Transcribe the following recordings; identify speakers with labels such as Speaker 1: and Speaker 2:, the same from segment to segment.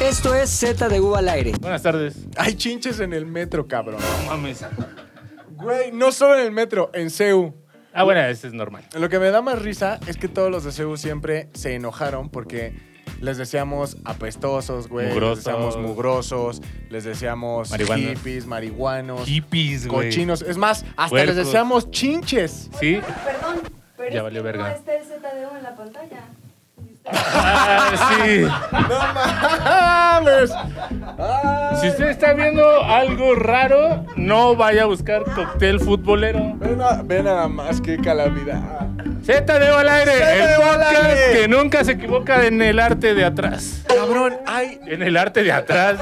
Speaker 1: Esto es Z de U al aire.
Speaker 2: Buenas tardes.
Speaker 3: Hay chinches en el metro, cabrón.
Speaker 2: No mames.
Speaker 3: Güey, no solo en el metro, en CEU.
Speaker 2: Ah, bueno, ese es normal.
Speaker 3: Lo que me da más risa es que todos los de CEU siempre se enojaron porque les decíamos apestosos, güey.
Speaker 2: Mugrosos.
Speaker 3: Les decíamos mugrosos, les decíamos
Speaker 2: Marihuanos.
Speaker 3: hippies, marihuanos,
Speaker 2: Hippies, güey.
Speaker 3: cochinos. Es más, hasta
Speaker 2: Puercos.
Speaker 3: les decíamos chinches.
Speaker 2: Sí.
Speaker 4: Perdón, pero
Speaker 2: Ya
Speaker 4: es
Speaker 2: valió
Speaker 4: que
Speaker 2: verga.
Speaker 4: no está el ZDU en la pantalla.
Speaker 2: Ah, sí.
Speaker 3: ¡No mames!
Speaker 2: Si usted está viendo algo raro, no vaya a buscar cóctel futbolero.
Speaker 3: Ve na- ve nada más que calamidad.
Speaker 2: Z de al aire,
Speaker 3: Z
Speaker 2: el
Speaker 3: de O al
Speaker 2: podcast
Speaker 3: aire.
Speaker 2: que nunca se equivoca en el arte de atrás.
Speaker 3: Cabrón, hay
Speaker 2: En el arte de atrás.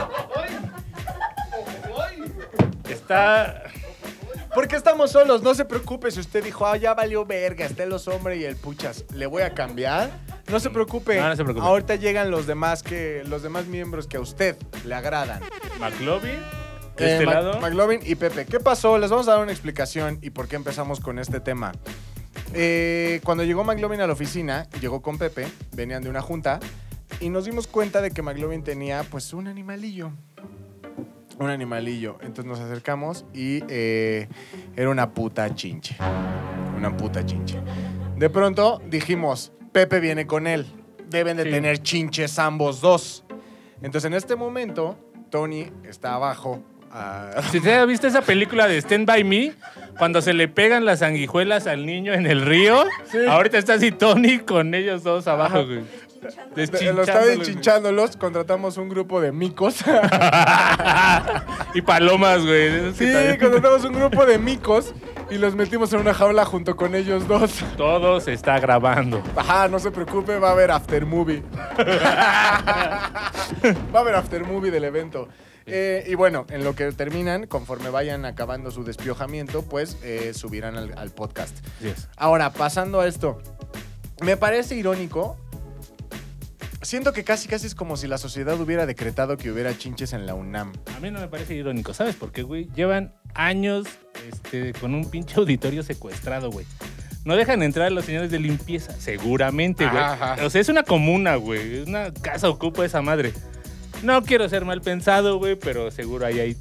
Speaker 2: Está.
Speaker 3: Porque estamos solos, no se preocupe si usted dijo, ah, ya valió verga, está el hombre y el puchas, le voy a cambiar. No se preocupe.
Speaker 2: No, no se preocupe.
Speaker 3: Ahorita llegan los demás que los demás miembros que a usted le agradan.
Speaker 2: McLovin. De este
Speaker 3: Eh, Mac-
Speaker 2: lado.
Speaker 3: McLovin y Pepe. ¿Qué pasó? Les vamos a dar una explicación y por qué empezamos con este tema. Eh, cuando llegó McLovin a la oficina, llegó con Pepe, venían de una junta y nos dimos cuenta de que McLovin tenía pues un animalillo. Un animalillo. Entonces nos acercamos y eh, era una puta chinche. Una puta chinche. De pronto dijimos, Pepe viene con él. Deben de
Speaker 2: Sí.
Speaker 3: tener chinches ambos dos. Entonces en este momento, Tony está abajo. ah,
Speaker 2: Si te has visto esa película de Stand By Me, cuando se le pegan las sanguijuelas al niño en el río, ahorita está así Tony con ellos dos abajo, güey.
Speaker 4: Chinchando.
Speaker 3: lo
Speaker 2: Deschinchándole,
Speaker 3: está
Speaker 2: güey.
Speaker 3: deshinchándolos. Contratamos un grupo de micos.
Speaker 2: y palomas, güey. esos que
Speaker 3: Sí,
Speaker 2: también-
Speaker 3: contratamos un grupo de micos y los metimos en una jaula junto con ellos dos.
Speaker 2: Todo se está grabando.
Speaker 3: Ajá, no se preocupe, va a haber after movie. va a haber after movie del evento. Eh, y bueno, en lo que terminan, conforme vayan acabando su despiojamiento, pues eh, subirán al, al podcast.
Speaker 2: Así es.
Speaker 3: Ahora, pasando a esto, me parece irónico. Siento que casi casi es como si la sociedad hubiera decretado que hubiera chinches en la UNAM.
Speaker 2: A mí no me parece irónico, ¿sabes? Porque, güey, llevan años este, con un pinche auditorio secuestrado, güey. No dejan entrar a los señores de limpieza, seguramente, güey.
Speaker 3: Ajá, ajá.
Speaker 2: O sea, es una comuna, güey. Es una casa ocupa esa madre. No quiero ser mal pensado, güey, pero seguro ahí hay.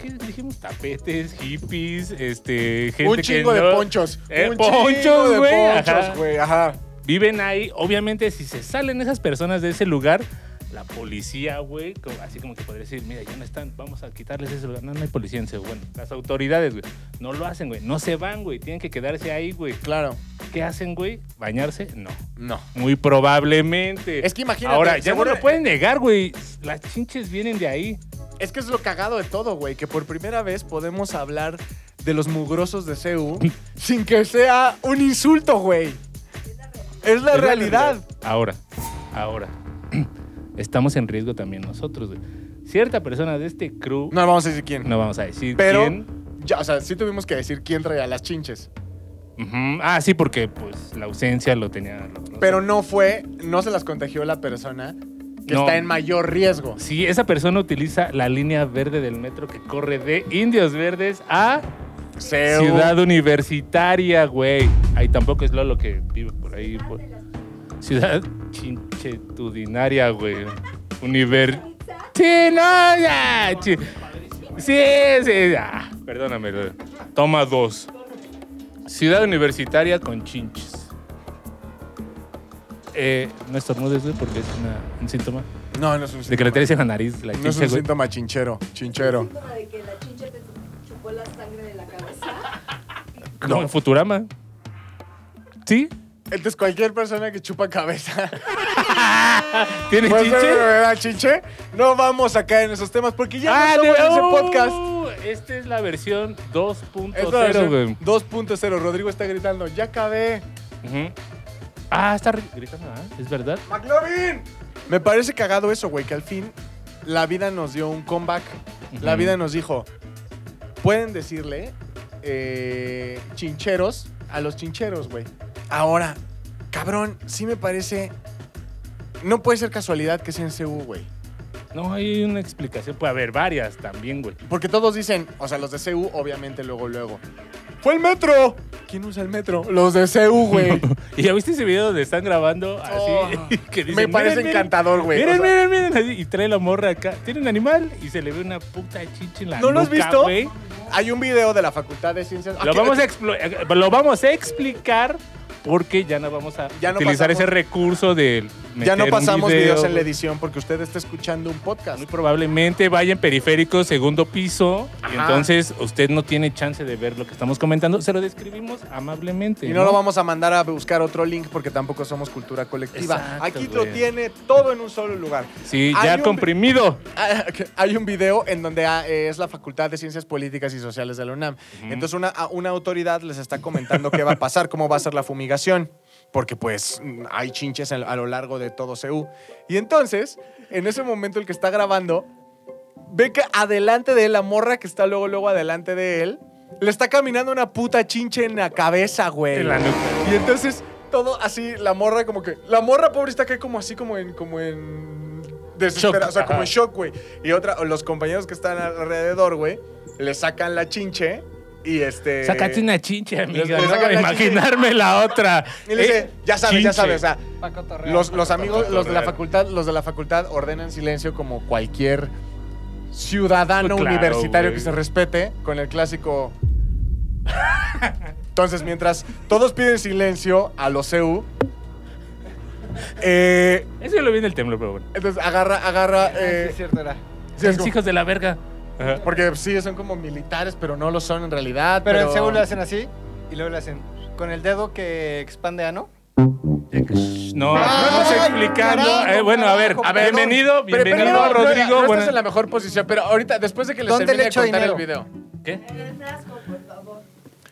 Speaker 2: ¿Qué dijimos? Tapetes, hippies, este. Gente
Speaker 3: un
Speaker 2: que
Speaker 3: chingo de
Speaker 2: no-
Speaker 3: ponchos.
Speaker 2: Eh,
Speaker 3: un chingo
Speaker 2: ponchos,
Speaker 3: de
Speaker 2: güey. ajá.
Speaker 3: ponchos, güey. Ajá.
Speaker 2: Viven ahí. Obviamente, si se salen esas personas de ese lugar, la policía, güey, co- así como que podría decir, mira, ya no están, vamos a quitarles ese lugar. No, no hay policía en ese, bueno, las autoridades, güey, no lo hacen, güey, no se van, güey, tienen que quedarse ahí, güey.
Speaker 3: Claro.
Speaker 2: ¿Qué hacen, güey? ¿Bañarse? No.
Speaker 3: No.
Speaker 2: Muy probablemente.
Speaker 3: Es que imagínate,
Speaker 2: Ahora, ya no
Speaker 3: seguro-
Speaker 2: lo pueden negar, güey. Las chinches vienen de ahí.
Speaker 3: Es que es lo cagado de todo, güey, que por primera vez podemos hablar de los mugrosos de CEU sin que sea un insulto, güey. Es la
Speaker 2: Es
Speaker 3: realidad.
Speaker 2: Ahora, ahora. Estamos en riesgo también nosotros, güey. Cierta persona de este crew, no,
Speaker 3: No vamos a decir quién.
Speaker 2: vamos a decir
Speaker 3: Pero,
Speaker 2: quién.
Speaker 3: ya, o sea, sí tuvimos que decir quién traía las chinches.
Speaker 2: Ujú. Ah, sí, porque pues la ausencia lo tenía. lo- lo-
Speaker 3: Pero no fue, no se las contagió la persona que
Speaker 2: No.
Speaker 3: está en mayor riesgo.
Speaker 2: Sí, esa persona utiliza la línea verde del metro que corre de Indios Verdes a
Speaker 3: CEU.
Speaker 2: Ciudad Universitaria, güey. Ahí tampoco es Lolo que vive por ahí. por- Ciudad Chinchetudinaria, güey. Univer... Sí, no, ya. chi- Sí, sí, ya. Perdóname. Lolo. Toma dos. Ciudad Universitaria con chinches. Eh, no estornudes, güey, porque es una- un síntoma.
Speaker 3: No, no es un
Speaker 2: De que le
Speaker 3: síntoma.
Speaker 2: traes en la nariz la
Speaker 3: No es
Speaker 2: chinche,
Speaker 3: un
Speaker 2: güey.
Speaker 3: síntoma chinchero, chinchero.
Speaker 4: Síntoma de que la chincha te chupó la sangre de la cabeza.
Speaker 2: Como en Futurama. ¿Sí?
Speaker 3: Entonces cualquier persona que chupa cabeza
Speaker 2: ¿Tiene
Speaker 3: puede ser
Speaker 2: chinche?
Speaker 3: una verdadera chinche. No vamos a caer en esos temas porque ya
Speaker 2: Ah,
Speaker 3: no
Speaker 2: de-
Speaker 3: somos ese
Speaker 2: oh,
Speaker 3: podcast.
Speaker 2: Esta es la versión
Speaker 3: Es la
Speaker 2: 2.0, güey.
Speaker 3: versión 2.0. Rodrigo está gritando, ya acabé.
Speaker 2: Ujú. Ah, está ri- gritando, ¿ah? ¿Es verdad?
Speaker 3: ¡McLovin! Me parece cagado eso, güey, que al fin la vida nos dio un comeback. La
Speaker 2: Ujú.
Speaker 3: vida nos dijo, pueden decirle eh, chincheros a los chincheros, güey. Ahora, cabrón, sí me parece... No puede ser casualidad que sea en CU, güey.
Speaker 2: No, hay una explicación. Puede haber varias también, güey.
Speaker 3: Porque todos dicen, o sea, los de CU, obviamente, luego, luego. ¡Fue el metro! ¿Quién usa el metro? Los de CEU, güey.
Speaker 2: ¿Y ya viste ese video donde están grabando así?
Speaker 3: Oh,
Speaker 2: que dicen,
Speaker 3: Me parece
Speaker 2: "Miren, miren,
Speaker 3: encantador, güey.
Speaker 2: Miren,
Speaker 3: O sea,
Speaker 2: miren, miren, así, y trae la morra acá. Tiene un animal y se le ve una puta chicha en la
Speaker 3: ¿No lo has
Speaker 2: nuca,
Speaker 3: visto? Ah,
Speaker 2: güey.
Speaker 3: Hay un video de la Facultad de Ciencias.
Speaker 2: Lo
Speaker 3: Aquí-
Speaker 2: vamos, a explo- eh, lo vamos a explicar porque ya no vamos a
Speaker 3: Ya no
Speaker 2: utilizar
Speaker 3: pasamos-
Speaker 2: ese recurso de
Speaker 3: Ya
Speaker 2: meter
Speaker 3: no
Speaker 2: un
Speaker 3: pasamos
Speaker 2: video,
Speaker 3: videos en la
Speaker 2: güey.
Speaker 3: edición porque usted está escuchando un podcast.
Speaker 2: Muy probablemente vaya en periférico, segundo piso, y
Speaker 3: Ajá.
Speaker 2: entonces usted no tiene chance de ver lo que estamos comentando. Se lo describimos amablemente.
Speaker 3: Y no lo vamos a mandar a buscar otro link porque tampoco somos cultura colectiva.
Speaker 2: Exacto,
Speaker 3: Aquí
Speaker 2: güey.
Speaker 3: lo tiene todo en un solo lugar.
Speaker 2: Sí,
Speaker 3: Hay
Speaker 2: ya
Speaker 3: un-
Speaker 2: comprimido.
Speaker 3: Ah, ok. Hay un video en donde ah, eh, es la Facultad de Ciencias Políticas y Sociales de la UNAM. Entonces una, a- una autoridad les está comentando qué va a pasar, cómo va a ser la fumigación, porque pues mm, hay chinches en- a lo largo de todo CEU. Y entonces, en ese momento el que está grabando, ve que adelante de él, la morra que está luego, luego adelante de él, le está caminando una puta chinche en la cabeza, güey.
Speaker 2: En la nuca.
Speaker 3: Y entonces todo así, la morra como que... La morra pobre está que como así, como en... Como en desespera-
Speaker 2: Shock.
Speaker 3: o sea, como en
Speaker 2: Ajá.
Speaker 3: shock, güey. Y otra, o los compañeros que están alrededor, güey, le sacan la chinche y este...
Speaker 2: Sácate una chinche, amiga.
Speaker 3: le
Speaker 2: no
Speaker 3: sacan
Speaker 2: voy a
Speaker 3: la chinche.
Speaker 2: imaginarme la otra.
Speaker 3: Y le dice,
Speaker 2: Eh,
Speaker 3: ya sabes,
Speaker 2: chinche.
Speaker 3: ya sabes, o sea,
Speaker 1: Paco Torreal.
Speaker 3: los, los amigos, los de la
Speaker 2: Torreal.
Speaker 3: facultad, los de la facultad ordenan silencio como cualquier ciudadano
Speaker 2: Pues claro,
Speaker 3: universitario
Speaker 2: güey.
Speaker 3: que se respete con el clásico. Entonces, mientras todos piden silencio a los CEU, eh,
Speaker 2: Eso ya lo vi en el temblor, pero bueno.
Speaker 3: entonces agarra, agarra. eh,
Speaker 1: es cierto, era.
Speaker 3: sí, es
Speaker 2: Los
Speaker 3: como-
Speaker 2: hijos de la verga. Ajá.
Speaker 3: porque sí, son como militares, pero no lo son en realidad.
Speaker 5: Pero en Seúl lo hacen así y luego lo hacen con el dedo que expande ano.
Speaker 2: No, estamos explicando.
Speaker 5: carajo,
Speaker 2: Eh, bueno, a ver,
Speaker 5: carajo,
Speaker 3: perdón.
Speaker 2: bienvenido,
Speaker 3: Pero
Speaker 2: bienvenido,
Speaker 3: primero, no,
Speaker 2: Rodrigo.
Speaker 3: No,
Speaker 2: bueno,
Speaker 3: estás en la mejor posición, pero ahorita, después de que les
Speaker 5: ¿Dónde
Speaker 3: termine
Speaker 5: le
Speaker 3: de
Speaker 5: echo
Speaker 3: contar el
Speaker 5: dinero?
Speaker 3: video.
Speaker 2: ¿Qué?
Speaker 4: El frasco, por favor.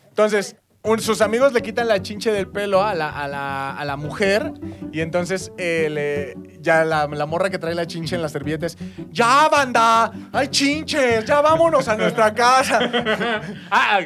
Speaker 3: Entonces, un- sus amigos le quitan la chinche del pelo a la, a la- a la mujer y entonces eh, le- ya la, la morra que trae la chinche en las servilletas, ya banda, hay chinches, ya vámonos a nuestra casa.
Speaker 2: Ah,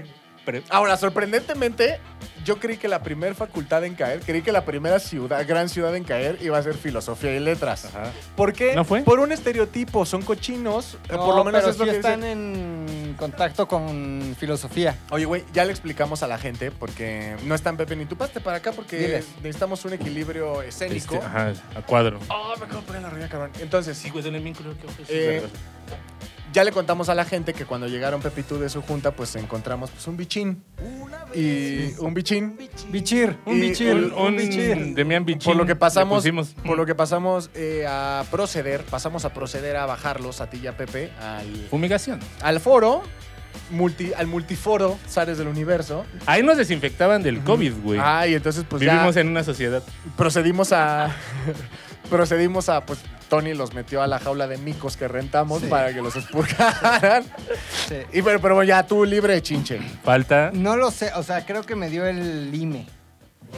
Speaker 2: pre-
Speaker 3: Ahora, sorprendentemente, yo creí que la primera facultad en caer, creí que la primera ciudad, gran ciudad en caer iba a ser filosofía y letras.
Speaker 2: Ajá.
Speaker 3: ¿Por qué?
Speaker 2: ¿No fue?
Speaker 3: Por un estereotipo, son cochinos, eh,
Speaker 5: No,
Speaker 3: por lo menos
Speaker 5: pero
Speaker 3: es lo
Speaker 5: sí
Speaker 3: que
Speaker 5: están
Speaker 3: dicen.
Speaker 5: en contacto con filosofía.
Speaker 3: Oye, güey, ya le explicamos a la gente porque no están Pepe ni tu paste para acá porque
Speaker 5: Diles.
Speaker 3: necesitamos un equilibrio escénico.
Speaker 2: este, ajá, a cuadro.
Speaker 3: Oh, me compré la reina, cabrón. Entonces,
Speaker 2: Sí, güey, duele bien creo que ojos,
Speaker 3: Eh,
Speaker 2: es verdad.
Speaker 3: ya le contamos a la gente que cuando llegaron Pepe y tú de su junta, pues encontramos pues, un bichín. Y un bichín.
Speaker 5: Bichir, un
Speaker 3: Y
Speaker 5: bichir,
Speaker 2: un, un
Speaker 5: un bichir.
Speaker 2: Demian Bichir.
Speaker 3: Por lo que pasamos,
Speaker 2: le pusimos.
Speaker 3: por lo que pasamos eh, a proceder, pasamos a proceder a bajarlos a ti y a Pepe al,
Speaker 2: Fumigación.
Speaker 3: al foro, multi- al multiforo, Zares del Universo.
Speaker 2: Ahí nos desinfectaban del COVID, güey.
Speaker 3: Ah, y entonces pues ya-
Speaker 2: Vivimos en una sociedad.
Speaker 3: procedimos a procedimos a pues Tony los metió a la jaula de micos que rentamos
Speaker 5: Sí.
Speaker 3: para que los expurgaran.
Speaker 5: Sí.
Speaker 3: Y pero, pero ya tú libre de chinche.
Speaker 2: Falta.
Speaker 5: No lo sé, o sea, creo que me dio el E. lime.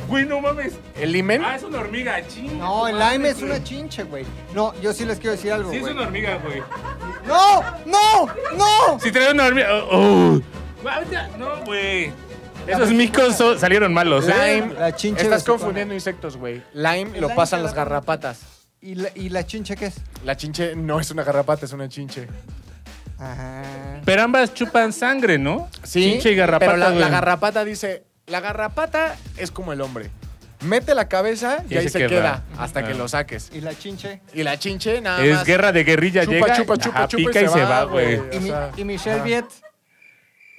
Speaker 2: Güey, no mames.
Speaker 3: El limen
Speaker 2: Ah, es una hormiga, chinga.
Speaker 5: No, el
Speaker 3: E
Speaker 5: lime es una chinche, güey. No, yo sí les quiero decir algo,
Speaker 2: Sí, es
Speaker 5: güey.
Speaker 2: una hormiga, güey.
Speaker 5: ¡No! ¡No! ¡No!
Speaker 2: Si trae una hormiga. oh, oh. Ahorita- No, güey. Esos micos so- salieron malos, ¿eh?
Speaker 3: lime.
Speaker 5: La chinche
Speaker 3: Estás
Speaker 5: besucona.
Speaker 3: confundiendo insectos, güey. Lime
Speaker 5: El
Speaker 3: lo
Speaker 5: lime
Speaker 3: pasan
Speaker 5: se
Speaker 3: las
Speaker 5: la-
Speaker 3: garrapatas.
Speaker 5: ¿Y la, ¿Y la chinche qué es?
Speaker 3: La chinche no es una garrapata, es una chinche.
Speaker 5: Ajá.
Speaker 2: Pero ambas chupan sangre, ¿no? Chinche y garrapata.
Speaker 3: Pero la, la
Speaker 2: güey.
Speaker 3: garrapata dice, la garrapata es como el hombre. Mete la cabeza y, ahí se, queda, hasta que
Speaker 2: Ah.
Speaker 3: lo saques.
Speaker 5: ¿Y la chinche?
Speaker 3: Y la chinche nada
Speaker 2: Es
Speaker 3: más.
Speaker 2: guerra de guerrilla,
Speaker 3: Chupa,
Speaker 2: llega,
Speaker 3: chupa, chupa,
Speaker 2: ajá,
Speaker 3: chupa y
Speaker 2: pica y se va, güey.
Speaker 5: ¿Y,
Speaker 3: O
Speaker 5: mi-
Speaker 3: sea,
Speaker 5: y Michelle
Speaker 3: ajá.
Speaker 5: Viet?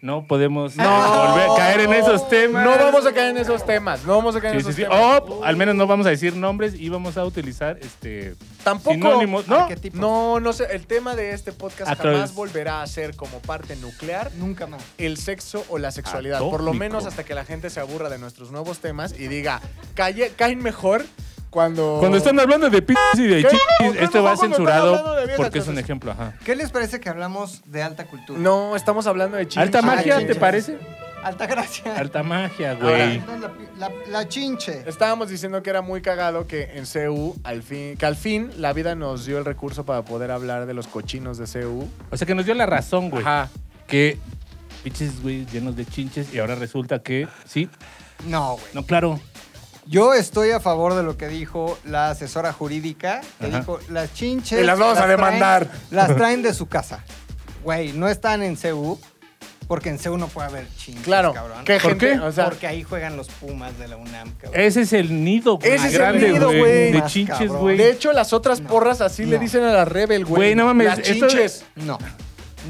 Speaker 2: No podemos eh, volver a caer en esos temas.
Speaker 3: No vamos a caer en esos temas. No vamos a caer en
Speaker 2: Sí, sí,
Speaker 3: esos
Speaker 2: sí.
Speaker 3: temas.
Speaker 2: O al menos no vamos a decir nombres y vamos a utilizar este
Speaker 3: Tampoco.
Speaker 2: sinónimos. No,
Speaker 5: Arquetipos.
Speaker 3: No, no sé. El tema de este podcast
Speaker 2: A través-
Speaker 3: jamás volverá a ser como parte nuclear
Speaker 5: Nunca más.
Speaker 3: el sexo o la sexualidad. Por lo
Speaker 2: Atómico.
Speaker 3: menos hasta que la gente se aburra de nuestros nuevos temas y diga, "Calle- caen mejor cuando.
Speaker 2: cuando están hablando de p y de
Speaker 3: ¿Qué?
Speaker 2: chichis, esto va
Speaker 3: ¿Cómo cuando están hablando
Speaker 2: censurado
Speaker 3: de viejas,
Speaker 2: porque es un
Speaker 3: entonces?
Speaker 2: ejemplo, ajá.
Speaker 5: ¿Qué les parece que hablamos de alta cultura?
Speaker 3: No, estamos hablando de chinches.
Speaker 2: Alta magia, ¿te
Speaker 5: chinches.
Speaker 2: parece?
Speaker 5: Alta gracia.
Speaker 2: Alta magia,
Speaker 5: Ahora,
Speaker 2: güey.
Speaker 5: entonces, la, la- la chinche.
Speaker 3: Estábamos diciendo que era muy cagado que en CU, al fin, que al fin la vida nos dio el recurso para poder hablar de los cochinos de CU.
Speaker 2: O sea que nos dio la razón, güey. Que pinches, güey, llenos de chinches y ahora resulta que sí.
Speaker 5: No, güey.
Speaker 2: No, claro.
Speaker 5: Yo estoy a favor de lo que dijo la asesora jurídica, que
Speaker 2: Ajá.
Speaker 5: dijo, las chinches...
Speaker 3: Y las vamos a demandar.
Speaker 5: Traen, las traen de su casa. Güey, no están en CU, Porque en C1 puede haber chingas,
Speaker 3: Claro.
Speaker 5: cabrón.
Speaker 3: ¿Qué
Speaker 2: ¿Por
Speaker 3: gente?
Speaker 2: qué?
Speaker 3: O sea,
Speaker 5: porque ahí juegan los Pumas de la UNAM, cabrón.
Speaker 2: Ese es el nido, güey.
Speaker 3: Ese
Speaker 5: es el
Speaker 2: grande,
Speaker 5: nido,
Speaker 3: güey.
Speaker 2: De
Speaker 5: Más
Speaker 2: chinches,
Speaker 5: cabrón.
Speaker 2: güey.
Speaker 3: de hecho, las otras porras así le
Speaker 5: No.
Speaker 3: dicen a la Rebel, güey.
Speaker 2: Güey, no mames,
Speaker 3: Las
Speaker 2: esto-
Speaker 3: chinches.
Speaker 5: No.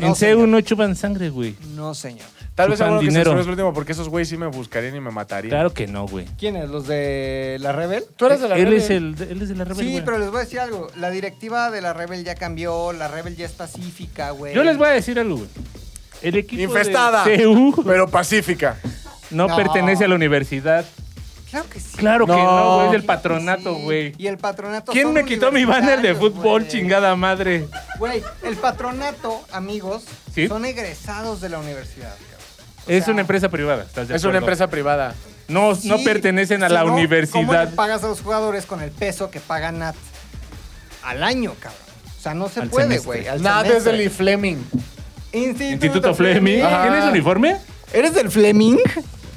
Speaker 2: En
Speaker 5: No, señor.
Speaker 2: C1 chupan sangre, güey.
Speaker 5: No, señor.
Speaker 3: Tal vez
Speaker 2: chupan
Speaker 3: alguno que se
Speaker 2: dinero.
Speaker 3: subió es el último, porque esos güeyes sí me buscarían y me matarían.
Speaker 2: Claro que no, güey.
Speaker 5: ¿Quiénes? ¿Los de la Rebel?
Speaker 3: Tú eres de la
Speaker 2: él,
Speaker 3: Rebel.
Speaker 2: es el, él es de la rebel,
Speaker 5: Sí,
Speaker 2: güey.
Speaker 5: pero les voy a decir algo. La directiva de la Rebel ya cambió, la Rebel ya es pacífica, güey.
Speaker 2: Yo les voy a decir algo, güey. El equipo
Speaker 3: Infestada.
Speaker 2: de CU
Speaker 3: Pero pacífica.
Speaker 2: no,
Speaker 5: No.
Speaker 2: pertenece a la universidad.
Speaker 5: Claro que sí.
Speaker 2: Claro que
Speaker 3: No.
Speaker 2: no, güey. Es
Speaker 5: Claro
Speaker 2: del
Speaker 5: que
Speaker 2: patronato,
Speaker 5: sí.
Speaker 2: güey.
Speaker 5: Y el patronato.
Speaker 2: ¿Quién
Speaker 5: son
Speaker 2: me quitó mi banner de
Speaker 5: universitarios,
Speaker 2: fútbol,
Speaker 5: güey?
Speaker 2: chingada madre?
Speaker 5: Güey, el patronato, amigos,
Speaker 2: ¿Sí?
Speaker 5: son egresados de la universidad, cabrón. O
Speaker 2: Es
Speaker 5: sea,
Speaker 2: una empresa privada, ¿estás de
Speaker 3: Es una
Speaker 2: acuerdo?
Speaker 3: empresa privada.
Speaker 2: No, no
Speaker 5: sí,
Speaker 2: pertenecen a
Speaker 5: si
Speaker 2: la
Speaker 5: no, ¿Cómo le
Speaker 2: universidad.
Speaker 5: pagas a los jugadores con el peso que paga Nat al año, cabrón? O sea, no se
Speaker 2: Al
Speaker 5: puede,
Speaker 2: semestre.
Speaker 5: güey. al
Speaker 3: Nada, desde
Speaker 5: semestre.
Speaker 3: el Fleming.
Speaker 5: Instituto,
Speaker 2: Instituto Fleming.
Speaker 3: Ajá.
Speaker 2: ¿Tienes uniforme?
Speaker 5: ¿Eres del Fleming?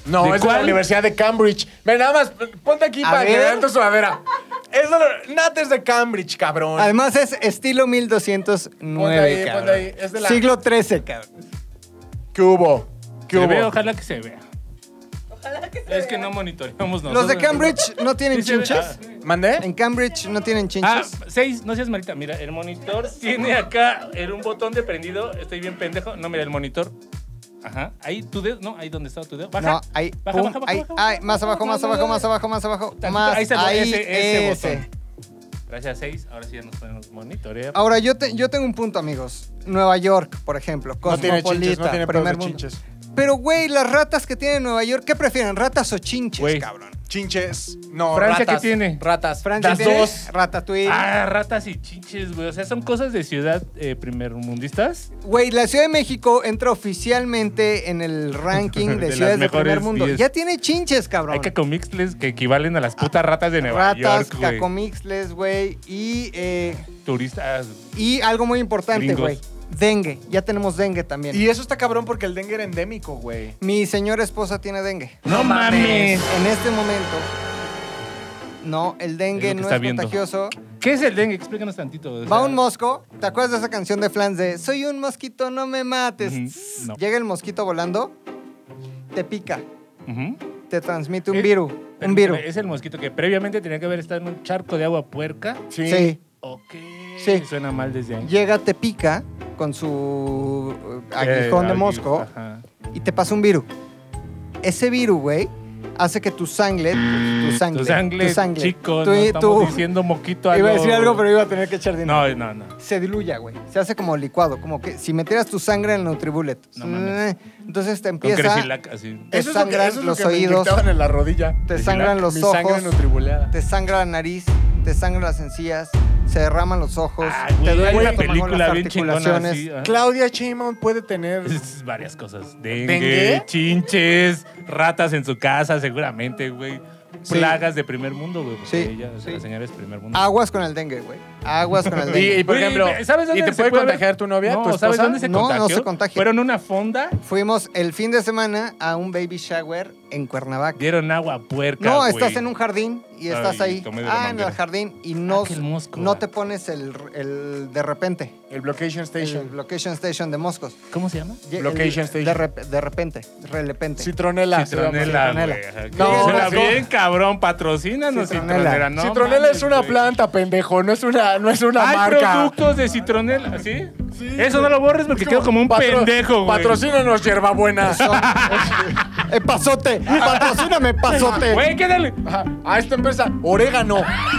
Speaker 3: No,
Speaker 2: ¿De
Speaker 3: es de la
Speaker 2: cuál?
Speaker 3: Universidad de Cambridge. Ven, nada más, ponte aquí
Speaker 5: A
Speaker 3: para que
Speaker 5: ver.
Speaker 3: vean tu sudadera. Es de la- Nat es de Cambridge, cabrón.
Speaker 5: Además es estilo 1209,
Speaker 3: Ponte ahí,
Speaker 5: cabrón.
Speaker 3: ponte ahí. Es de la-
Speaker 5: Siglo XIII, cabrón.
Speaker 3: ¿Qué hubo? ¿Qué
Speaker 2: Se
Speaker 3: hubo?
Speaker 2: ve, ojalá que se vea.
Speaker 4: Ojalá que se
Speaker 2: Es que
Speaker 4: vea.
Speaker 2: no monitoreamos nosotros.
Speaker 5: ¿Los de Cambridge no tienen
Speaker 2: Sí ah. se ve.
Speaker 5: chinches?
Speaker 3: ¿Mandé?
Speaker 5: ¿En Cambridge no tienen
Speaker 2: ¿Eh? Ah,
Speaker 5: chinches?
Speaker 2: seis, no seas malita. Mira, el monitor tiene acá en un botón de prendido. Estoy bien pendejo. No, mira, el monitor. Ajá. Ahí tu dedo. No, ahí donde estaba tu dedo. Baja.
Speaker 5: No, ahí.
Speaker 2: Baja,
Speaker 5: pum,
Speaker 2: baja, baja,
Speaker 5: ahí,
Speaker 2: baja,
Speaker 5: ay,
Speaker 2: baja,
Speaker 5: más
Speaker 2: baja,
Speaker 5: abajo, más
Speaker 2: baja,
Speaker 5: abajo, más
Speaker 2: baja.
Speaker 5: abajo, más abajo.
Speaker 2: Tantito,
Speaker 5: Más
Speaker 2: ahí se ve
Speaker 5: ahí,
Speaker 2: ese, ese
Speaker 5: ese.
Speaker 2: botón. Gracias, seis. Ahora sí ya nos podemos monitorear.
Speaker 5: Ahora, yo, te- yo tengo un punto, amigos. Nueva York, por ejemplo.
Speaker 3: No tiene
Speaker 5: Cosmopolita,
Speaker 3: chinches, no tiene pedos de
Speaker 5: primer mundo.
Speaker 3: chinches.
Speaker 5: Pero, güey, las ratas que tiene Nueva York, ¿qué prefieren? ¿Ratas o chinches,
Speaker 2: Güey.
Speaker 5: cabrón?
Speaker 3: Chinches. No,
Speaker 2: Francia,
Speaker 3: ratas.
Speaker 2: ¿qué tiene?
Speaker 3: Ratas.
Speaker 5: Francia
Speaker 3: Las
Speaker 5: tiene
Speaker 3: dos.
Speaker 5: Ratatouille.
Speaker 2: Ah, ratas y chiches, güey. O sea, son cosas de ciudad eh, primermundistas.
Speaker 5: Güey, la Ciudad de México entra oficialmente en el ranking de,
Speaker 2: De las
Speaker 5: ciudades de primer
Speaker 2: mejores
Speaker 5: mundo.
Speaker 2: 10.
Speaker 5: Ya tiene chinches, cabrón.
Speaker 2: Hay cacomixles que equivalen a las putas ratas de Nueva
Speaker 5: Ratas,
Speaker 2: York, güey.
Speaker 5: cacomixles, güey. Y, eh,
Speaker 2: Turistas.
Speaker 5: y algo muy importante,
Speaker 2: Gringos.
Speaker 5: güey. Dengue. Ya tenemos dengue también.
Speaker 3: Y eso está cabrón porque el dengue era endémico, güey.
Speaker 5: Mi señora esposa tiene dengue.
Speaker 2: ¡No mames!
Speaker 5: En este momento. No, el dengue
Speaker 2: Es lo que
Speaker 5: no
Speaker 2: está
Speaker 5: es
Speaker 2: viendo.
Speaker 5: contagioso.
Speaker 2: ¿Qué es el dengue? Explícanos tantito. o sea,
Speaker 5: Va un mosco. ¿Te acuerdas de esa canción de Flans de Soy un mosquito, no me mates?
Speaker 2: Ujú, no.
Speaker 5: Llega el mosquito volando, te pica,
Speaker 2: Ujú.
Speaker 5: te transmite un
Speaker 2: Eh,
Speaker 5: virus. Un
Speaker 2: Permíteme,
Speaker 5: virus.
Speaker 2: Es el mosquito que previamente tenía que haber estado en un charco de agua puerca.
Speaker 5: Sí.
Speaker 2: Ok.
Speaker 5: Sí.
Speaker 2: Suena mal desde ahí.
Speaker 5: Llega, te pica con su eh,
Speaker 2: Eh,
Speaker 5: aguijón de
Speaker 2: aguij-
Speaker 5: mosco
Speaker 2: ajá.
Speaker 5: y te pasa un virus. Ese virus, güey, hace que tu sangre, tu sangre,
Speaker 2: Tu sangre,
Speaker 5: tu sangre,
Speaker 2: chico,
Speaker 5: tu-
Speaker 2: no estamos
Speaker 5: tu-
Speaker 2: diciendo moquito
Speaker 5: Iba a
Speaker 2: lo-
Speaker 5: decir algo, pero iba a tener que echar dinero.
Speaker 2: No, no, no.
Speaker 5: se diluya, güey. Se hace como licuado, como que si metieras tu sangre en el Nutribullet. Eh,
Speaker 2: No mames.
Speaker 5: Entonces te
Speaker 2: Con
Speaker 5: empieza,
Speaker 2: Cresilac, así.
Speaker 5: te
Speaker 3: Eso es lo que-
Speaker 5: sangran
Speaker 3: eso es lo
Speaker 5: los
Speaker 3: que me
Speaker 5: oídos,
Speaker 3: inyectaban en la rodilla.
Speaker 5: te
Speaker 2: Cresilac.
Speaker 5: sangran los
Speaker 3: Mi
Speaker 5: ojos,
Speaker 3: sangre nutribuleada.
Speaker 5: te sangra la nariz, te sangran las encías, se derraman los ojos,
Speaker 2: Ah,
Speaker 5: Pues, te
Speaker 2: güey,
Speaker 5: duele
Speaker 2: hay
Speaker 5: el
Speaker 2: una
Speaker 5: estómago,
Speaker 2: película
Speaker 5: las
Speaker 2: bien chingona
Speaker 5: articulaciones.
Speaker 2: así. ajá.
Speaker 3: Claudia Sheinbaum puede tener...
Speaker 2: Es varias cosas. Dengue,
Speaker 3: ¿Dengue?
Speaker 2: chinches, ratas en su casa, seguramente, güey.
Speaker 5: Sí.
Speaker 2: Plagas de primer mundo, güey. porque
Speaker 5: Sí,
Speaker 2: Ella, o sea,
Speaker 5: sí.
Speaker 2: La señora es primer mundo.
Speaker 5: Aguas con el dengue, güey. Aguas con el
Speaker 3: Y, y
Speaker 5: dengue.
Speaker 3: por
Speaker 2: Güey,
Speaker 3: ejemplo,
Speaker 2: ¿sabes dónde
Speaker 3: ¿y te
Speaker 2: se
Speaker 3: puede,
Speaker 2: haber-
Speaker 3: contagiar tu novia,
Speaker 2: No,
Speaker 3: tu esposa?
Speaker 2: ¿sabes dónde se
Speaker 5: No, no
Speaker 2: contagió?
Speaker 5: se contagia.
Speaker 2: Fueron a una fonda,
Speaker 5: Fuimos el fin de semana a un baby shower en Cuernavaca.
Speaker 2: dieron agua puerca,
Speaker 5: No,
Speaker 2: güey.
Speaker 5: estás en un jardín y estás
Speaker 2: Ay,
Speaker 5: ahí.
Speaker 2: tomé de la
Speaker 5: Ah, en el
Speaker 2: manguera.
Speaker 5: jardín y no,
Speaker 2: Ah, que el mosco,
Speaker 5: no
Speaker 2: güey.
Speaker 5: te pones el, el de repente.
Speaker 3: El Blockation
Speaker 5: Station.
Speaker 3: Station.
Speaker 5: Location Station de Moscos.
Speaker 2: ¿Cómo se llama?
Speaker 5: Ye-
Speaker 3: Location
Speaker 5: el-
Speaker 3: Station.
Speaker 5: De, rep- de repente, de repente.
Speaker 3: Citronela. se llama.
Speaker 2: Citronela,
Speaker 5: Citronela.
Speaker 2: güey. ajá.
Speaker 3: No,
Speaker 2: Citronela,
Speaker 3: sí.
Speaker 2: bien cabrón, patrocínanos
Speaker 5: Citronela.
Speaker 2: Citronela. No,
Speaker 3: Citronela
Speaker 2: mames,
Speaker 3: es una
Speaker 2: güey.
Speaker 3: planta, pendejo. No es una, no es una
Speaker 2: Hay
Speaker 3: marca.
Speaker 2: productos de Citronela, ¿sí?
Speaker 3: Sí,
Speaker 2: Eso no lo borres porque
Speaker 3: Es
Speaker 2: quedo como un
Speaker 3: patro-
Speaker 2: pendejo, güey.
Speaker 3: Patrocínanos, hierbabuena.
Speaker 5: Eh, pasote, patrocíname, pasote.
Speaker 2: Güey, quédale.
Speaker 3: Ajá, A esta empresa, orégano.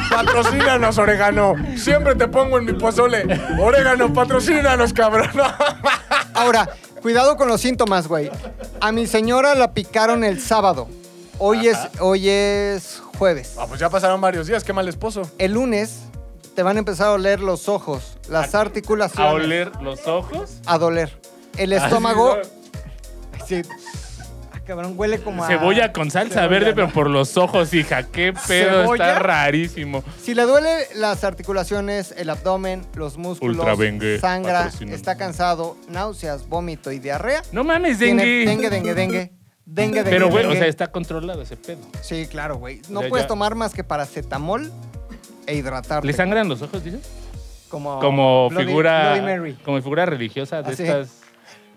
Speaker 3: Patrocínanos, orégano. Siempre te pongo en mi pozole. Orégano, patrocínanos, cabrón.
Speaker 5: Ahora, cuidado con los síntomas, güey. A mi señora la picaron el sábado. Hoy es, hoy es jueves.
Speaker 3: Ah, pues ya pasaron varios días. Qué mal esposo.
Speaker 5: El lunes te van a empezar a oler los ojos, las articulaciones.
Speaker 2: A oler los ojos.
Speaker 5: A doler. El
Speaker 2: Ah,
Speaker 5: estómago. Sí. Ah, cabrón, huele como a.
Speaker 2: Cebolla con salsa
Speaker 5: cebolla,
Speaker 2: verde,
Speaker 5: ¿no?
Speaker 2: pero por los ojos, hija. Qué pedo,
Speaker 5: ¿Cebolla?
Speaker 2: está rarísimo.
Speaker 5: Si le duele las articulaciones, el abdomen, los músculos,
Speaker 2: Ultra dengue,
Speaker 5: sangra,
Speaker 2: patrocínanos.
Speaker 5: está cansado, náuseas, vómito y diarrea.
Speaker 2: No mames,
Speaker 5: tiene
Speaker 2: dengue.
Speaker 5: Dengue, dengue, dengue. Dengue, dengue.
Speaker 2: Pero, güey, o
Speaker 5: dengue.
Speaker 2: sea, está controlado ese pedo.
Speaker 5: Sí, claro, güey. No
Speaker 2: O sea,
Speaker 5: puedes
Speaker 2: ya-
Speaker 5: tomar más que paracetamol e hidratarte.
Speaker 2: ¿Le sangran los ojos, dices?
Speaker 5: Como,
Speaker 2: Como
Speaker 5: Bloody-
Speaker 2: figura.
Speaker 5: Bloody Mary.
Speaker 2: Como figura religiosa de
Speaker 5: Así.
Speaker 2: estas.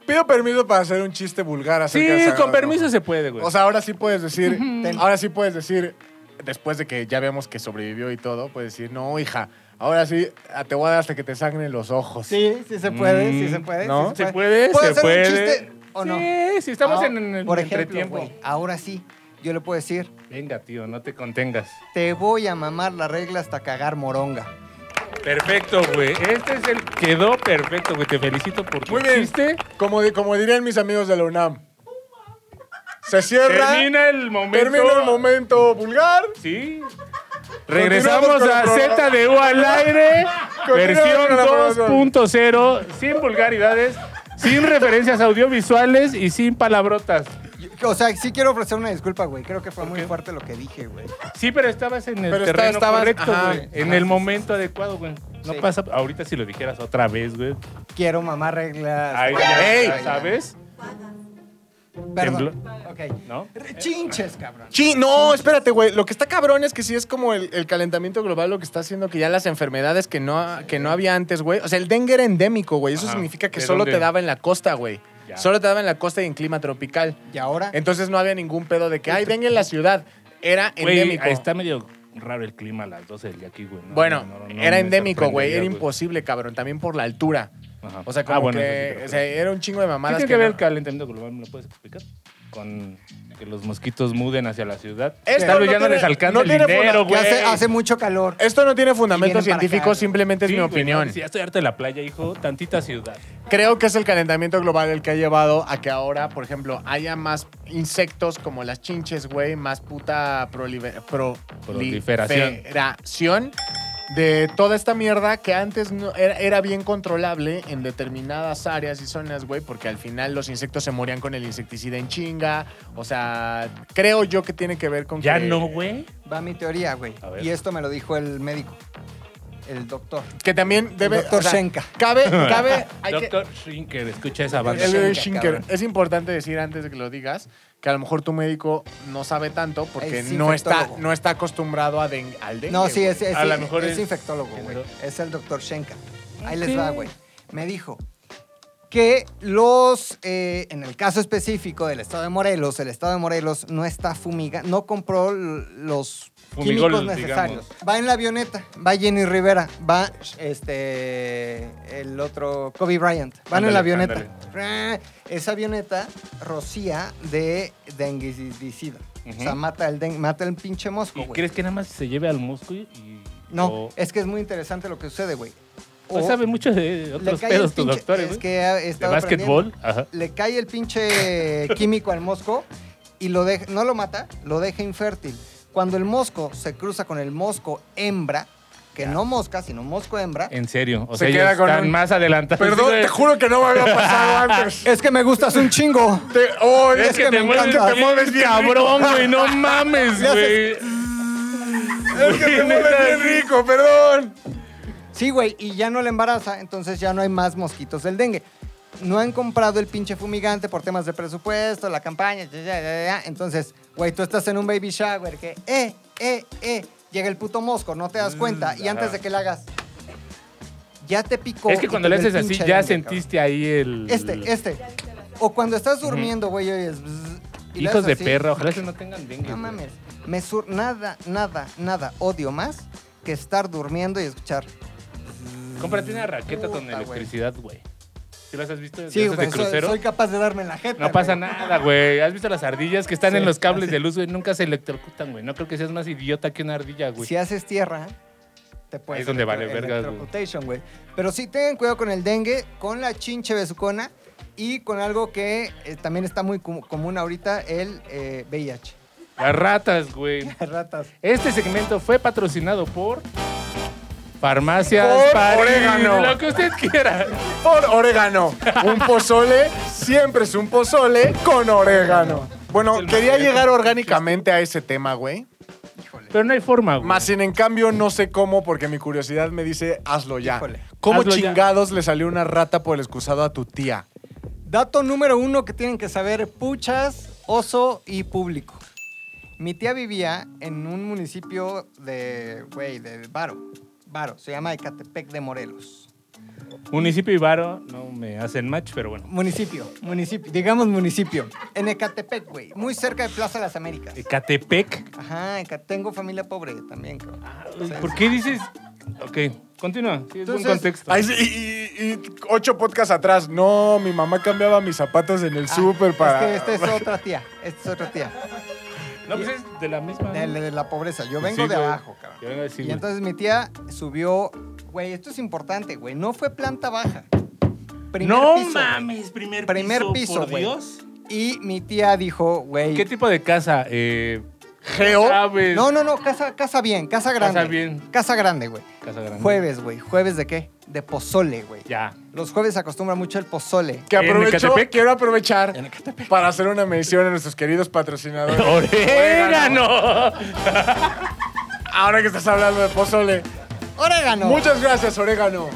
Speaker 3: Pido permiso para hacer un chiste vulgar acerca de
Speaker 2: Sí,
Speaker 3: Sagrado
Speaker 2: con permiso
Speaker 3: Rojo.
Speaker 2: se puede, güey.
Speaker 3: O sea, ahora sí puedes decir,
Speaker 5: Ten.
Speaker 3: ahora sí puedes decir, después de que ya vemos que sobrevivió y todo, puedes decir, no, hija, ahora sí ah, te voy a dar hasta que te sangren los ojos.
Speaker 5: Sí, sí se puede,
Speaker 2: Mm,
Speaker 5: sí se puede.
Speaker 3: ¿no?
Speaker 5: sí
Speaker 2: se puede,
Speaker 5: ¿Puedo
Speaker 2: se
Speaker 5: hacer
Speaker 2: puede.
Speaker 5: un chiste o no?
Speaker 2: Sí, si estamos
Speaker 5: Ah,
Speaker 2: en, en el
Speaker 5: Por ejemplo,
Speaker 2: entretiempo.
Speaker 5: güey, ahora sí, yo le puedo decir,
Speaker 2: Venga, tío, no te contengas.
Speaker 5: te voy a mamar la regla hasta cagar moronga.
Speaker 2: Perfecto, güey. Este es el quedó perfecto, güey. Te felicito por tu
Speaker 3: Muy bien.
Speaker 2: chiste.
Speaker 3: Como, di- como dirían mis amigos de la UNAM. Se cierra.
Speaker 2: Termina el momento.
Speaker 3: termina el momento vulgar.
Speaker 2: Sí. Regresamos
Speaker 3: con el
Speaker 2: a
Speaker 3: programa.
Speaker 2: ZDU al aire,
Speaker 3: Continuamos
Speaker 2: versión
Speaker 3: con la programación.
Speaker 2: 2.0, sin vulgaridades, sin referencias audiovisuales y sin palabrotas.
Speaker 5: Yo- O sea, sí quiero ofrecer una disculpa, güey. Creo que fue muy fuerte lo que dije, güey.
Speaker 2: Sí, pero estabas en el
Speaker 3: Pero está-
Speaker 2: terreno
Speaker 3: estabas-
Speaker 2: correcto,
Speaker 3: ajá,
Speaker 2: güey. En
Speaker 5: ajá,
Speaker 2: el
Speaker 5: sí,
Speaker 2: momento adecuado, güey. No
Speaker 5: Sí.
Speaker 2: pasa. Ahorita si lo dijeras otra vez, güey.
Speaker 5: Quiero mamar reglas.
Speaker 2: Ahí, ya,
Speaker 3: Ey.
Speaker 2: ya, ¿Sabes?
Speaker 5: Perdón. Ok.
Speaker 2: ¿No?
Speaker 5: Re- Chinches, cabrón.
Speaker 3: Sí, no, espérate, güey. Lo que está cabrón es que sí es como el, el calentamiento global lo que está haciendo que ya las enfermedades que no, ha- que no había antes, güey. O sea, el dengue era endémico, güey. Eso
Speaker 2: Ajá.
Speaker 3: significa que
Speaker 2: ¿De
Speaker 3: solo
Speaker 2: dónde?
Speaker 3: te daba en la costa, güey.
Speaker 2: Ya.
Speaker 3: Solo te daba en la costa y en clima tropical.
Speaker 5: Y ahora,
Speaker 3: Entonces no había ningún pedo de que hay dengue en la ciudad. Era
Speaker 2: Güey,
Speaker 3: endémico.
Speaker 2: está medio raro el clima a las 12 del día aquí, güey. No,
Speaker 3: Bueno,
Speaker 2: no, no, no
Speaker 3: era
Speaker 2: me
Speaker 3: endémico, güey.
Speaker 2: sorprendería,
Speaker 3: Era imposible, cabrón. También por la altura.
Speaker 2: Ajá.
Speaker 3: O sea,
Speaker 2: Ah,
Speaker 3: como
Speaker 2: bueno, eso sí te
Speaker 3: que
Speaker 2: lo
Speaker 3: o sea,
Speaker 2: creo.
Speaker 3: era un chingo de
Speaker 2: ¿Qué
Speaker 3: mamadas.
Speaker 2: tiene que ver el
Speaker 3: no-
Speaker 2: calentamiento global? ¿Me lo puedes explicar? Con que los mosquitos muden hacia la ciudad.
Speaker 3: Esto
Speaker 2: Tal vez
Speaker 3: no
Speaker 2: ya no
Speaker 3: tiene-
Speaker 2: les alcanza
Speaker 3: no
Speaker 2: el
Speaker 3: tiene
Speaker 2: dinero,
Speaker 3: funda-
Speaker 5: que
Speaker 2: güey.
Speaker 5: hace, hace mucho calor.
Speaker 3: Esto no tiene fundamento
Speaker 5: Y vienen para
Speaker 3: científico,
Speaker 5: acá, ¿no?
Speaker 3: simplemente es
Speaker 2: Sí,
Speaker 3: mi
Speaker 2: güey,
Speaker 3: opinión.
Speaker 2: no, si ya estoy harto de la playa, hijo. Tantita ciudad.
Speaker 3: Creo que es el calentamiento global el que ha llevado a que ahora, por ejemplo, haya más insectos como las chinches, güey, más puta proliver- pro-
Speaker 2: Proliferación.
Speaker 3: proliferación de toda esta mierda que antes no- era, era bien controlable en determinadas áreas y zonas, güey, porque al final los insectos se morían con el insecticida en chinga. O sea, creo yo que tiene que ver con
Speaker 2: Ya
Speaker 3: que...
Speaker 2: no, güey.
Speaker 5: Va mi teoría, güey.
Speaker 2: A ver.
Speaker 5: Y esto me lo dijo el médico, el doctor.
Speaker 3: Que también debe...
Speaker 5: doctor Schenka.
Speaker 3: Cabe, cabe... hay que-
Speaker 2: Doctor Schrinker, escucha esa banda.
Speaker 3: El
Speaker 5: Schenker,
Speaker 3: Schenker.
Speaker 5: cabrón.
Speaker 3: Es importante decir antes de que lo digas que a lo mejor tu médico no sabe tanto porque
Speaker 5: Es
Speaker 3: no está,
Speaker 5: infectólogo.
Speaker 3: no está acostumbrado a den- al dengue.
Speaker 5: No, sí,
Speaker 3: güey.
Speaker 5: es, es,
Speaker 2: A lo
Speaker 5: es-
Speaker 2: mejor
Speaker 5: es
Speaker 2: es-
Speaker 5: infectólogo, güey.
Speaker 2: Pero-
Speaker 5: Es el doctor Schenka. Ahí les
Speaker 2: Ok.
Speaker 5: va, güey. Me dijo que los, eh, en el caso específico del estado de Morelos, el estado de Morelos no está fumiga, no compró l- los
Speaker 2: Fumigol,
Speaker 5: químicos necesarios. Va en la avioneta, va Jenny Rivera, va este el otro Kobe Bryant. Van en
Speaker 2: Ándale,
Speaker 5: la avioneta. Ra- Esa avioneta rocía de denguicida. O sea,
Speaker 2: Ujú.
Speaker 5: mata el, den- mata el pinche mosco,
Speaker 2: ¿Y
Speaker 5: güey.
Speaker 2: crees que nada más se lleve al mosco y- y.?
Speaker 5: No,
Speaker 2: o-
Speaker 3: eh,
Speaker 5: es que es muy interesante lo que sucede, güey.
Speaker 2: Pues
Speaker 5: O
Speaker 2: sabe mucho de
Speaker 5: le
Speaker 2: otros
Speaker 5: cae el
Speaker 2: pedos tus
Speaker 5: pinche-
Speaker 2: doctores,
Speaker 5: Es
Speaker 2: güey.
Speaker 5: que he
Speaker 2: De
Speaker 5: estado aprendiendo.
Speaker 2: básquetbol. Ajá.
Speaker 5: Le cae el pinche químico al mosco y lo deja, no lo mata, lo deja infértil. Cuando el mosco se cruza con el mosco hembra, que no mosca, sino mosco hembra,
Speaker 2: En serio. O
Speaker 3: Se
Speaker 2: sea, ellos
Speaker 3: queda con
Speaker 2: están
Speaker 3: un-
Speaker 2: más adelantados.
Speaker 3: Perdón,
Speaker 2: güey.
Speaker 3: te juro que no me había pasado antes.
Speaker 5: es que me gustas un chingo.
Speaker 3: Te- oh,
Speaker 2: Es, que, te, mueves,
Speaker 5: encanta.
Speaker 2: te mueves bien cabrón, güey. No mames,
Speaker 5: Le
Speaker 2: güey.
Speaker 5: haces-
Speaker 3: es que te mueves bien rico, perdón.
Speaker 5: Sí, güey, y ya no le embaraza, entonces ya no hay más mosquitos del dengue. No han comprado el pinche fumigante por temas de presupuesto, la campaña, ya, ya, ya, ya. Entonces, güey, tú estás en un baby shower que, eh, eh, eh, llega el puto mosco, no te das cuenta. y
Speaker 2: Mm, ajá.
Speaker 5: antes de que le hagas, ya te picó.
Speaker 2: Es que
Speaker 5: y
Speaker 2: cuando
Speaker 5: te
Speaker 2: le
Speaker 5: dio
Speaker 2: haces
Speaker 5: el
Speaker 2: así,
Speaker 5: pinche
Speaker 2: ya
Speaker 5: dengue,
Speaker 2: sentiste ahí el.
Speaker 5: cabrón. Este, este. O cuando estás durmiendo, güey, oyes. bzz, y le
Speaker 2: Hijos
Speaker 5: haces
Speaker 2: de
Speaker 5: así.
Speaker 2: perra, ojalá que no tengan dengue.
Speaker 5: No
Speaker 2: güey.
Speaker 5: mames. Me sur nada, nada, nada odio más que estar durmiendo y escuchar.
Speaker 2: Cómprate una raqueta con
Speaker 5: Puta, güey.
Speaker 2: electricidad, güey. ¿Sí las has visto?
Speaker 5: Sí,
Speaker 2: ¿Las
Speaker 5: güey,
Speaker 2: de
Speaker 5: soy,
Speaker 2: crucero?
Speaker 5: soy capaz de darme en la jeta.
Speaker 2: No pasa
Speaker 5: güey.
Speaker 2: nada, güey. ¿Has visto las ardillas que están
Speaker 5: Sí,
Speaker 2: en los cables de luz, güey? Nunca se electrocutan, güey. No creo que seas más idiota que una ardilla, güey.
Speaker 5: Si haces tierra, te puedes.
Speaker 2: es donde vale
Speaker 5: electro-
Speaker 2: verga, güey.
Speaker 5: electrocutation, güey. Pero sí tengan cuidado con el dengue, con la chinche besucona y con algo que eh, también está muy com- común ahorita, el eh, VIH.
Speaker 2: Las ratas, güey.
Speaker 5: Ratas.
Speaker 2: Este segmento fue patrocinado por Farmacias
Speaker 3: Por
Speaker 2: París,
Speaker 3: orégano.
Speaker 2: Lo que usted quiera.
Speaker 3: Por orégano. Un pozole siempre es un pozole con orégano. Bueno, quería llegar orgánicamente a ese tema, güey.
Speaker 2: Pero no hay forma, güey.
Speaker 3: Más sin en cambio, no sé cómo, porque mi curiosidad me dice, hazlo ya.
Speaker 5: Híjole.
Speaker 3: ¿Cómo
Speaker 2: Hazlo ya.
Speaker 3: chingados le salió una rata por el excusado a tu tía?
Speaker 5: Dato número uno que tienen que saber, puchas, oso y público. Mi tía vivía en un municipio de, güey, de Varo. Varo, se llama Ecatepec de Morelos.
Speaker 2: Municipio y varo no me hacen match, pero bueno.
Speaker 5: Municipio, municipio, digamos municipio. En Ecatepec, güey, muy cerca de Plaza de las Américas.
Speaker 2: Ecatepec.
Speaker 5: Ajá, Eca- tengo familia pobre también, cabrón. Ah,
Speaker 2: ¿Por qué dices? Ok, continúa. Sí, es buen
Speaker 5: Entonces,
Speaker 2: contexto.
Speaker 3: Ay, sí, y, y- y ocho podcasts atrás. No, mi mamá cambiaba mis zapatos en el
Speaker 2: Ah,
Speaker 3: súper para.
Speaker 5: Ah, este, Es que esta es otra tía, esta es otra tía.
Speaker 2: no, pues es de la misma.
Speaker 5: De, de la pobreza, yo
Speaker 2: Sí,
Speaker 5: vengo de
Speaker 2: güey.
Speaker 5: abajo, cabrón.
Speaker 2: Yo vengo de- sí,
Speaker 5: y
Speaker 2: güey.
Speaker 5: entonces mi tía subió, güey, esto es importante, güey, no fue planta baja. Primer
Speaker 2: no
Speaker 5: piso, güey.
Speaker 2: mames, primer,
Speaker 5: Primer
Speaker 2: piso,
Speaker 5: piso,
Speaker 2: por
Speaker 5: güey.
Speaker 2: Dios.
Speaker 5: Y mi tía dijo, güey,
Speaker 2: ¿Qué tipo de casa? Eh,
Speaker 3: Geo.
Speaker 2: ¿Sabes?
Speaker 5: no, no, no, casa, casa bien, casa grande.
Speaker 2: bien.
Speaker 5: Casa grande, güey.
Speaker 2: Casa grande.
Speaker 5: Jueves, güey, jueves de qué? De pozole, güey.
Speaker 2: Ya.
Speaker 5: Los jueves se acostumbra mucho el pozole.
Speaker 3: Que
Speaker 2: ¿En
Speaker 3: aprovecho,
Speaker 2: Ecatepec?
Speaker 3: quiero aprovechar para hacer una mención a nuestros queridos patrocinadores.
Speaker 2: Oh. ¡Orégano!
Speaker 3: Ahora que estás hablando de pozole.
Speaker 5: Orégano.
Speaker 3: Muchas gracias, Orégano,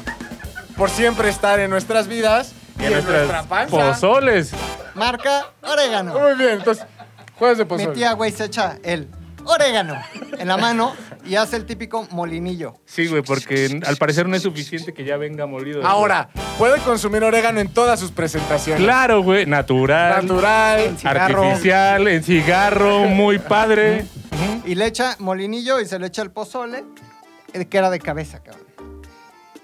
Speaker 3: por siempre estar en nuestras vidas y, en nuestra, panza.
Speaker 2: pozoles.
Speaker 5: Marca orégano.
Speaker 3: Muy bien, entonces, jueves de
Speaker 5: Mi
Speaker 3: pozole.
Speaker 5: tía, güey, se echa el orégano en la mano y hace el típico molinillo.
Speaker 2: Sí, güey, porque al parecer no es suficiente que ya venga molido. güey.
Speaker 3: Ahora, puede consumir orégano en todas sus presentaciones.
Speaker 2: Claro, güey. Natural.
Speaker 3: Natural.
Speaker 5: cigarro.
Speaker 2: Artificial, en cigarro, muy padre. Ujú.
Speaker 5: Y le echa molinillo y se le echa el pozole, eh, que era de cabeza, cabrón.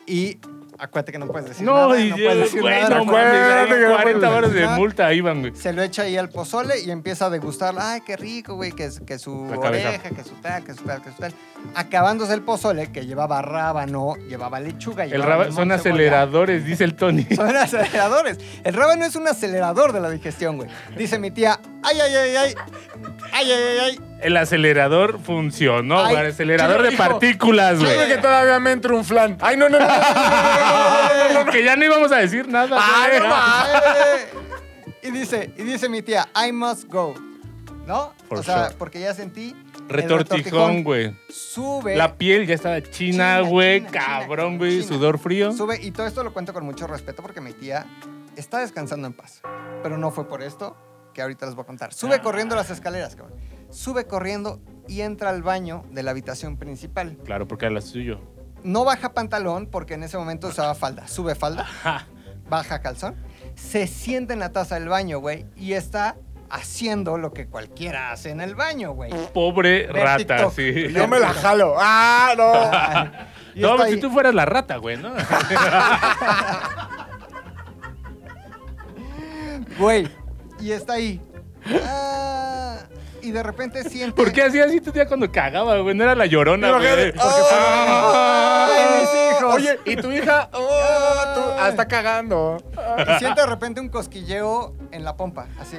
Speaker 5: Y acuérdate que no puedes decir
Speaker 2: No,
Speaker 5: nada.
Speaker 2: y
Speaker 5: no
Speaker 2: yo,
Speaker 5: puedes decir
Speaker 2: güey,
Speaker 5: nada.
Speaker 2: no
Speaker 3: Acuérdate
Speaker 2: mames,
Speaker 3: que
Speaker 2: eran
Speaker 3: no
Speaker 2: 40
Speaker 3: puedes
Speaker 2: horas de
Speaker 5: nada.
Speaker 2: multa ahí van, güey.
Speaker 5: Se lo echa ahí al pozole y empieza a degustar. Ay, qué rico, güey, que, que su
Speaker 2: La cabeza.
Speaker 5: oreja, que su tal, que su tal, que su tal. Acabándose el pozole, que llevaba rábano, llevaba lechuga.
Speaker 2: El
Speaker 5: llevaba
Speaker 2: raba-
Speaker 5: limón,
Speaker 2: son
Speaker 5: cebolla.
Speaker 2: aceleradores, dice el Tony.
Speaker 5: Son aceleradores. El rábano es un acelerador de la digestión, güey. Dice mi tía, ay, ay, ay, ay, ay, ay, ay,
Speaker 2: El acelerador funcionó,
Speaker 5: Ay,
Speaker 2: güey. El acelerador
Speaker 3: ¿quién lo
Speaker 2: de
Speaker 3: dijo?
Speaker 2: partículas,
Speaker 3: Yo
Speaker 2: güey.
Speaker 3: creo que todavía me entra un flan. Ay, no, no, no. no, no, no, no, no.
Speaker 2: Que ya no íbamos a decir nada.
Speaker 3: Ay,
Speaker 2: güey.
Speaker 3: no mames.
Speaker 5: ay". Y dice, y dice mi tía, I must go. ¿No?
Speaker 2: For
Speaker 5: o sea,
Speaker 2: sure.
Speaker 5: porque ya sentí. el
Speaker 2: Retortijón, güey.
Speaker 5: Sube.
Speaker 2: La piel ya estaba
Speaker 5: China,
Speaker 2: china, güey.
Speaker 5: china,
Speaker 2: Cabrón,
Speaker 5: china,
Speaker 2: güey.
Speaker 5: china.
Speaker 2: Sudor frío.
Speaker 5: Sube, y todo esto lo cuento con mucho respeto porque mi tía está descansando en paz. Pero no fue por esto que ahorita les voy a contar.
Speaker 2: Ah.
Speaker 5: Sube corriendo las escaleras, cabrón. Sube corriendo y entra al baño de la habitación principal.
Speaker 2: Claro, porque era la suyo.
Speaker 5: No baja pantalón porque en ese momento usaba falda. Sube falda, baja calzón. Se sienta en la taza del baño, güey, y está haciendo lo que cualquiera hace en el baño, güey.
Speaker 2: Pobre
Speaker 5: Ver
Speaker 2: rata,
Speaker 5: TikTok.
Speaker 2: sí.
Speaker 3: Yo me la jalo. Ah, no.
Speaker 5: Y
Speaker 2: No,
Speaker 5: está
Speaker 2: pues, si
Speaker 5: ahí.
Speaker 2: tú fueras la rata, güey, ¿no?
Speaker 5: Güey, y está ahí. Ah, y de repente siente...
Speaker 2: ¿Por qué hacía así tu tía cuando cagaba, güey? No era la llorona,
Speaker 3: Pero
Speaker 2: güey.
Speaker 3: que- Ah.
Speaker 5: Ay, mis hijos.
Speaker 3: Oye, ¿y tu hija? Oh, tú, ah, está cagando.
Speaker 5: Y siente de repente un cosquilleo en la pompa, así.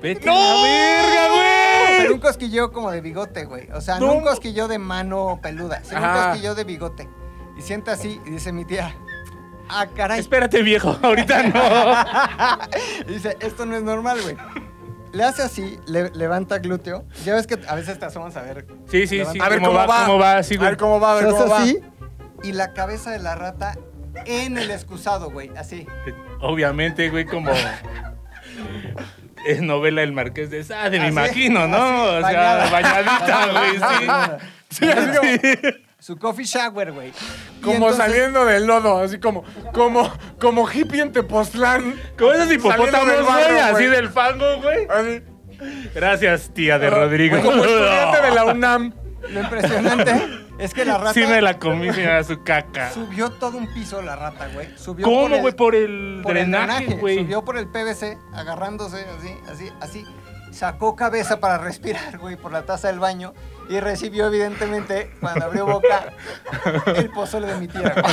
Speaker 2: ¡Vete a la verga, güey!
Speaker 5: Pero un cosquilleo como de bigote, güey. O sea, no,
Speaker 2: No.
Speaker 5: un cosquilleo de mano peluda, sino un
Speaker 3: Ajá.
Speaker 5: cosquilleo de bigote. Y siente así y dice mi tía, ah, caray.
Speaker 2: Espérate, viejo. Ahorita no.
Speaker 5: Y dice, esto no es normal, güey. Le hace así, le- levanta glúteo. Ya ves que a veces te asomas a ver.
Speaker 2: Sí, sí, sí.
Speaker 5: Levanta-
Speaker 3: A ver
Speaker 2: ¿cómo, va? ¿Cómo va? Sí,
Speaker 3: a
Speaker 2: güey.
Speaker 3: ver cómo va, a ver
Speaker 5: Se hace
Speaker 3: cómo va.
Speaker 5: así y la cabeza de la rata en el excusado, güey. Así.
Speaker 2: Obviamente, güey, como. Es novela El Marqués de Sade,
Speaker 3: Ah,
Speaker 2: me
Speaker 5: Así,
Speaker 2: imagino, ¿no?
Speaker 5: así,
Speaker 2: o sea,
Speaker 5: bañada.
Speaker 2: bañadita,
Speaker 5: Bañada.
Speaker 2: güey,
Speaker 3: Sí, así como,
Speaker 5: Su coffee shower, güey. Y
Speaker 3: como
Speaker 5: entonces-
Speaker 3: saliendo del lodo, así como, como, como hippie en Tepoztlán.
Speaker 2: sí. Como esos
Speaker 3: Saliendo
Speaker 2: hipopótamos,
Speaker 3: del barro,
Speaker 2: güey, así
Speaker 3: güey.
Speaker 2: del fango, güey.
Speaker 3: Así.
Speaker 2: Gracias, tía de Rodrigo.
Speaker 3: Ah, Como estudiante de la UNAM.
Speaker 5: Lo impresionante es que la rata
Speaker 2: Sí me la comí, señora, su caca.
Speaker 5: subió todo un piso la rata, güey. Subió por
Speaker 2: Ah. ¿Cómo,
Speaker 5: el-
Speaker 2: güey? Por el
Speaker 5: por el
Speaker 2: drenaje, güey.
Speaker 5: Subió por el PVC, agarrándose así, así, así. Sacó cabeza para respirar, güey, por la taza del baño. Y recibió, evidentemente, cuando abrió boca, el pozole de mi tía. güey.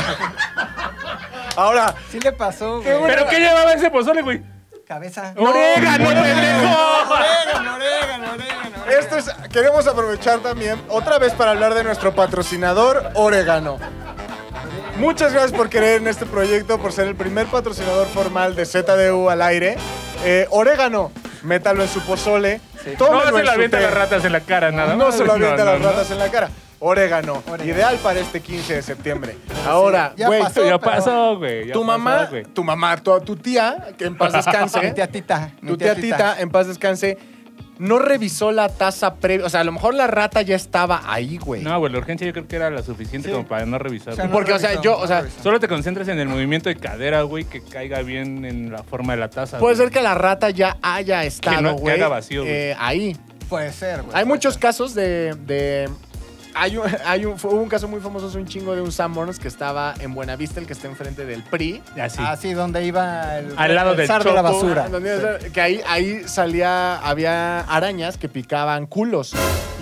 Speaker 3: Ahora,
Speaker 5: Sí le pasó, güey.
Speaker 2: ¿Pero qué llevaba ese pozole, güey?
Speaker 5: Cabeza.
Speaker 2: ¡Orégano, pendejo!
Speaker 5: Orégano, orégano, orégano.
Speaker 3: esto es, queremos aprovechar también otra vez para hablar de nuestro patrocinador, Orégano. Muchas gracias por querer en este proyecto, por ser el primer patrocinador formal de ZDU al aire. Eh, orégano, métalo en su pozole. tómalo
Speaker 2: No se
Speaker 3: en
Speaker 2: la
Speaker 3: su
Speaker 2: avienta
Speaker 3: té.
Speaker 2: las ratas en la cara, nada
Speaker 3: No
Speaker 2: más.
Speaker 3: se lo avienta
Speaker 2: No,
Speaker 3: las
Speaker 2: no,
Speaker 3: ratas en la cara. Orégano,
Speaker 5: Orégano.
Speaker 3: ideal para este 15 de septiembre. Ahora,
Speaker 5: Ya
Speaker 3: güey,
Speaker 5: pasó,
Speaker 2: no. Ya
Speaker 5: pero-
Speaker 2: pasó, güey. ya
Speaker 3: tu
Speaker 2: pasó,
Speaker 3: mamá,
Speaker 2: güey.
Speaker 3: ¿eh? tu mamá, tu, tu tía, que en paz descanse,
Speaker 5: Mi tía Tita. mi
Speaker 3: tu tía Tita, en paz descanse, no revisó la taza previa. O sea, a lo mejor la rata ya estaba ahí, güey.
Speaker 2: No, güey, la urgencia yo creo que era la suficiente como para no revisar.
Speaker 5: O sea, no
Speaker 3: Porque, o sea, yo, o sea,
Speaker 5: revisó.
Speaker 2: Solo te concentras en el movimiento de cadera, güey, que caiga bien en la forma de la taza.
Speaker 3: Puede
Speaker 2: güey.
Speaker 3: ser que la rata ya haya
Speaker 2: Que no-
Speaker 3: estado,
Speaker 2: que
Speaker 3: güey.
Speaker 2: haga vacío, güey. Pues
Speaker 3: eh, ahí.
Speaker 5: Puede ser, güey.
Speaker 3: Hay
Speaker 5: puede
Speaker 3: muchos
Speaker 5: ser.
Speaker 3: casos de. de- hay un, hay un, fue- hubo un caso muy famoso hace un chingo de un Sam Morons que estaba en Buenavista, el que está enfrente del PRI.
Speaker 2: Así.
Speaker 5: Ah, sí, donde iba el,
Speaker 2: Al lado
Speaker 5: el
Speaker 2: del
Speaker 5: zar de la
Speaker 2: chopo.
Speaker 5: basura.
Speaker 3: Ah, Donde- Que ahí, ahí salía, había arañas que picaban culos.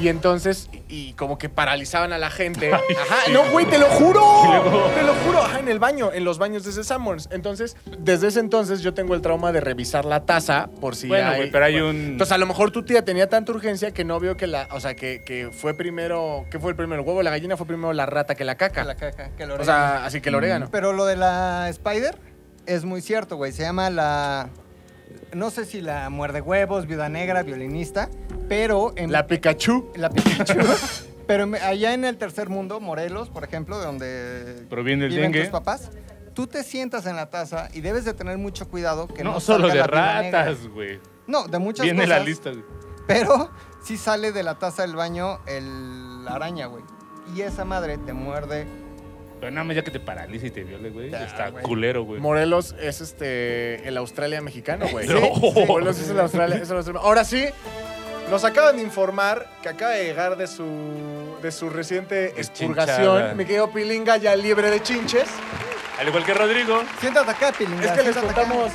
Speaker 3: Y entonces, y, y como que paralizaban a la gente. Ajá, no, güey, te lo juro.
Speaker 2: Y luego-
Speaker 3: Te lo juro. Ajá, en el baño, en los baños de ese Summers. Entonces, desde ese entonces yo tengo el trauma de revisar la taza por si
Speaker 2: Bueno,
Speaker 3: hay.
Speaker 2: güey, pero hay
Speaker 3: bueno.
Speaker 2: un-
Speaker 3: Entonces, a lo mejor tu tía tenía tanta urgencia que no vio que la. O sea, que, que fue primero. ¿Qué fue el primero? ¿El huevo? ¿La gallina? Fue primero la rata que la caca.
Speaker 5: La caca, que lo
Speaker 3: o
Speaker 5: orégano. Mm.
Speaker 3: sea, así que el orégano.
Speaker 5: Pero lo de la Spider es muy cierto, güey. Se llama la. No sé si la muerde huevos, viuda negra, violinista, pero en.
Speaker 3: La Pikachu.
Speaker 5: la Pikachu. pero en- allá en el tercer mundo, Morelos, por ejemplo, de donde.
Speaker 2: Proviene el
Speaker 5: viven
Speaker 2: dengue.
Speaker 5: tus papás. Tú te sientas en la taza y debes de tener mucho cuidado que no,
Speaker 2: no, solo
Speaker 5: salga
Speaker 2: de
Speaker 5: la viuda negra.
Speaker 2: ratas, güey.
Speaker 5: No, de muchas
Speaker 2: Viene
Speaker 5: cosas.
Speaker 2: la lista, güey.
Speaker 5: Pero sí sale de la taza del baño el la araña, güey. Y esa madre te muerde.
Speaker 2: Pero nada más ya que te paralice y te viole, güey.
Speaker 5: Ya,
Speaker 2: está
Speaker 5: Ah, güey.
Speaker 2: culero, güey.
Speaker 3: Morelos es este el Australia mexicano, güey.
Speaker 2: No.
Speaker 3: Sí, Morelos es el Australia, es el Australia. Ahora sí, nos acaban de informar que acaba de llegar de su de su reciente
Speaker 2: Chinchada.
Speaker 3: expurgación. Mi querido Pilinga ya libre de chinches.
Speaker 2: Al igual que Rodrigo.
Speaker 5: Siéntate acá, pilinga.
Speaker 3: Es que les
Speaker 5: siéntate acá.
Speaker 3: contamos,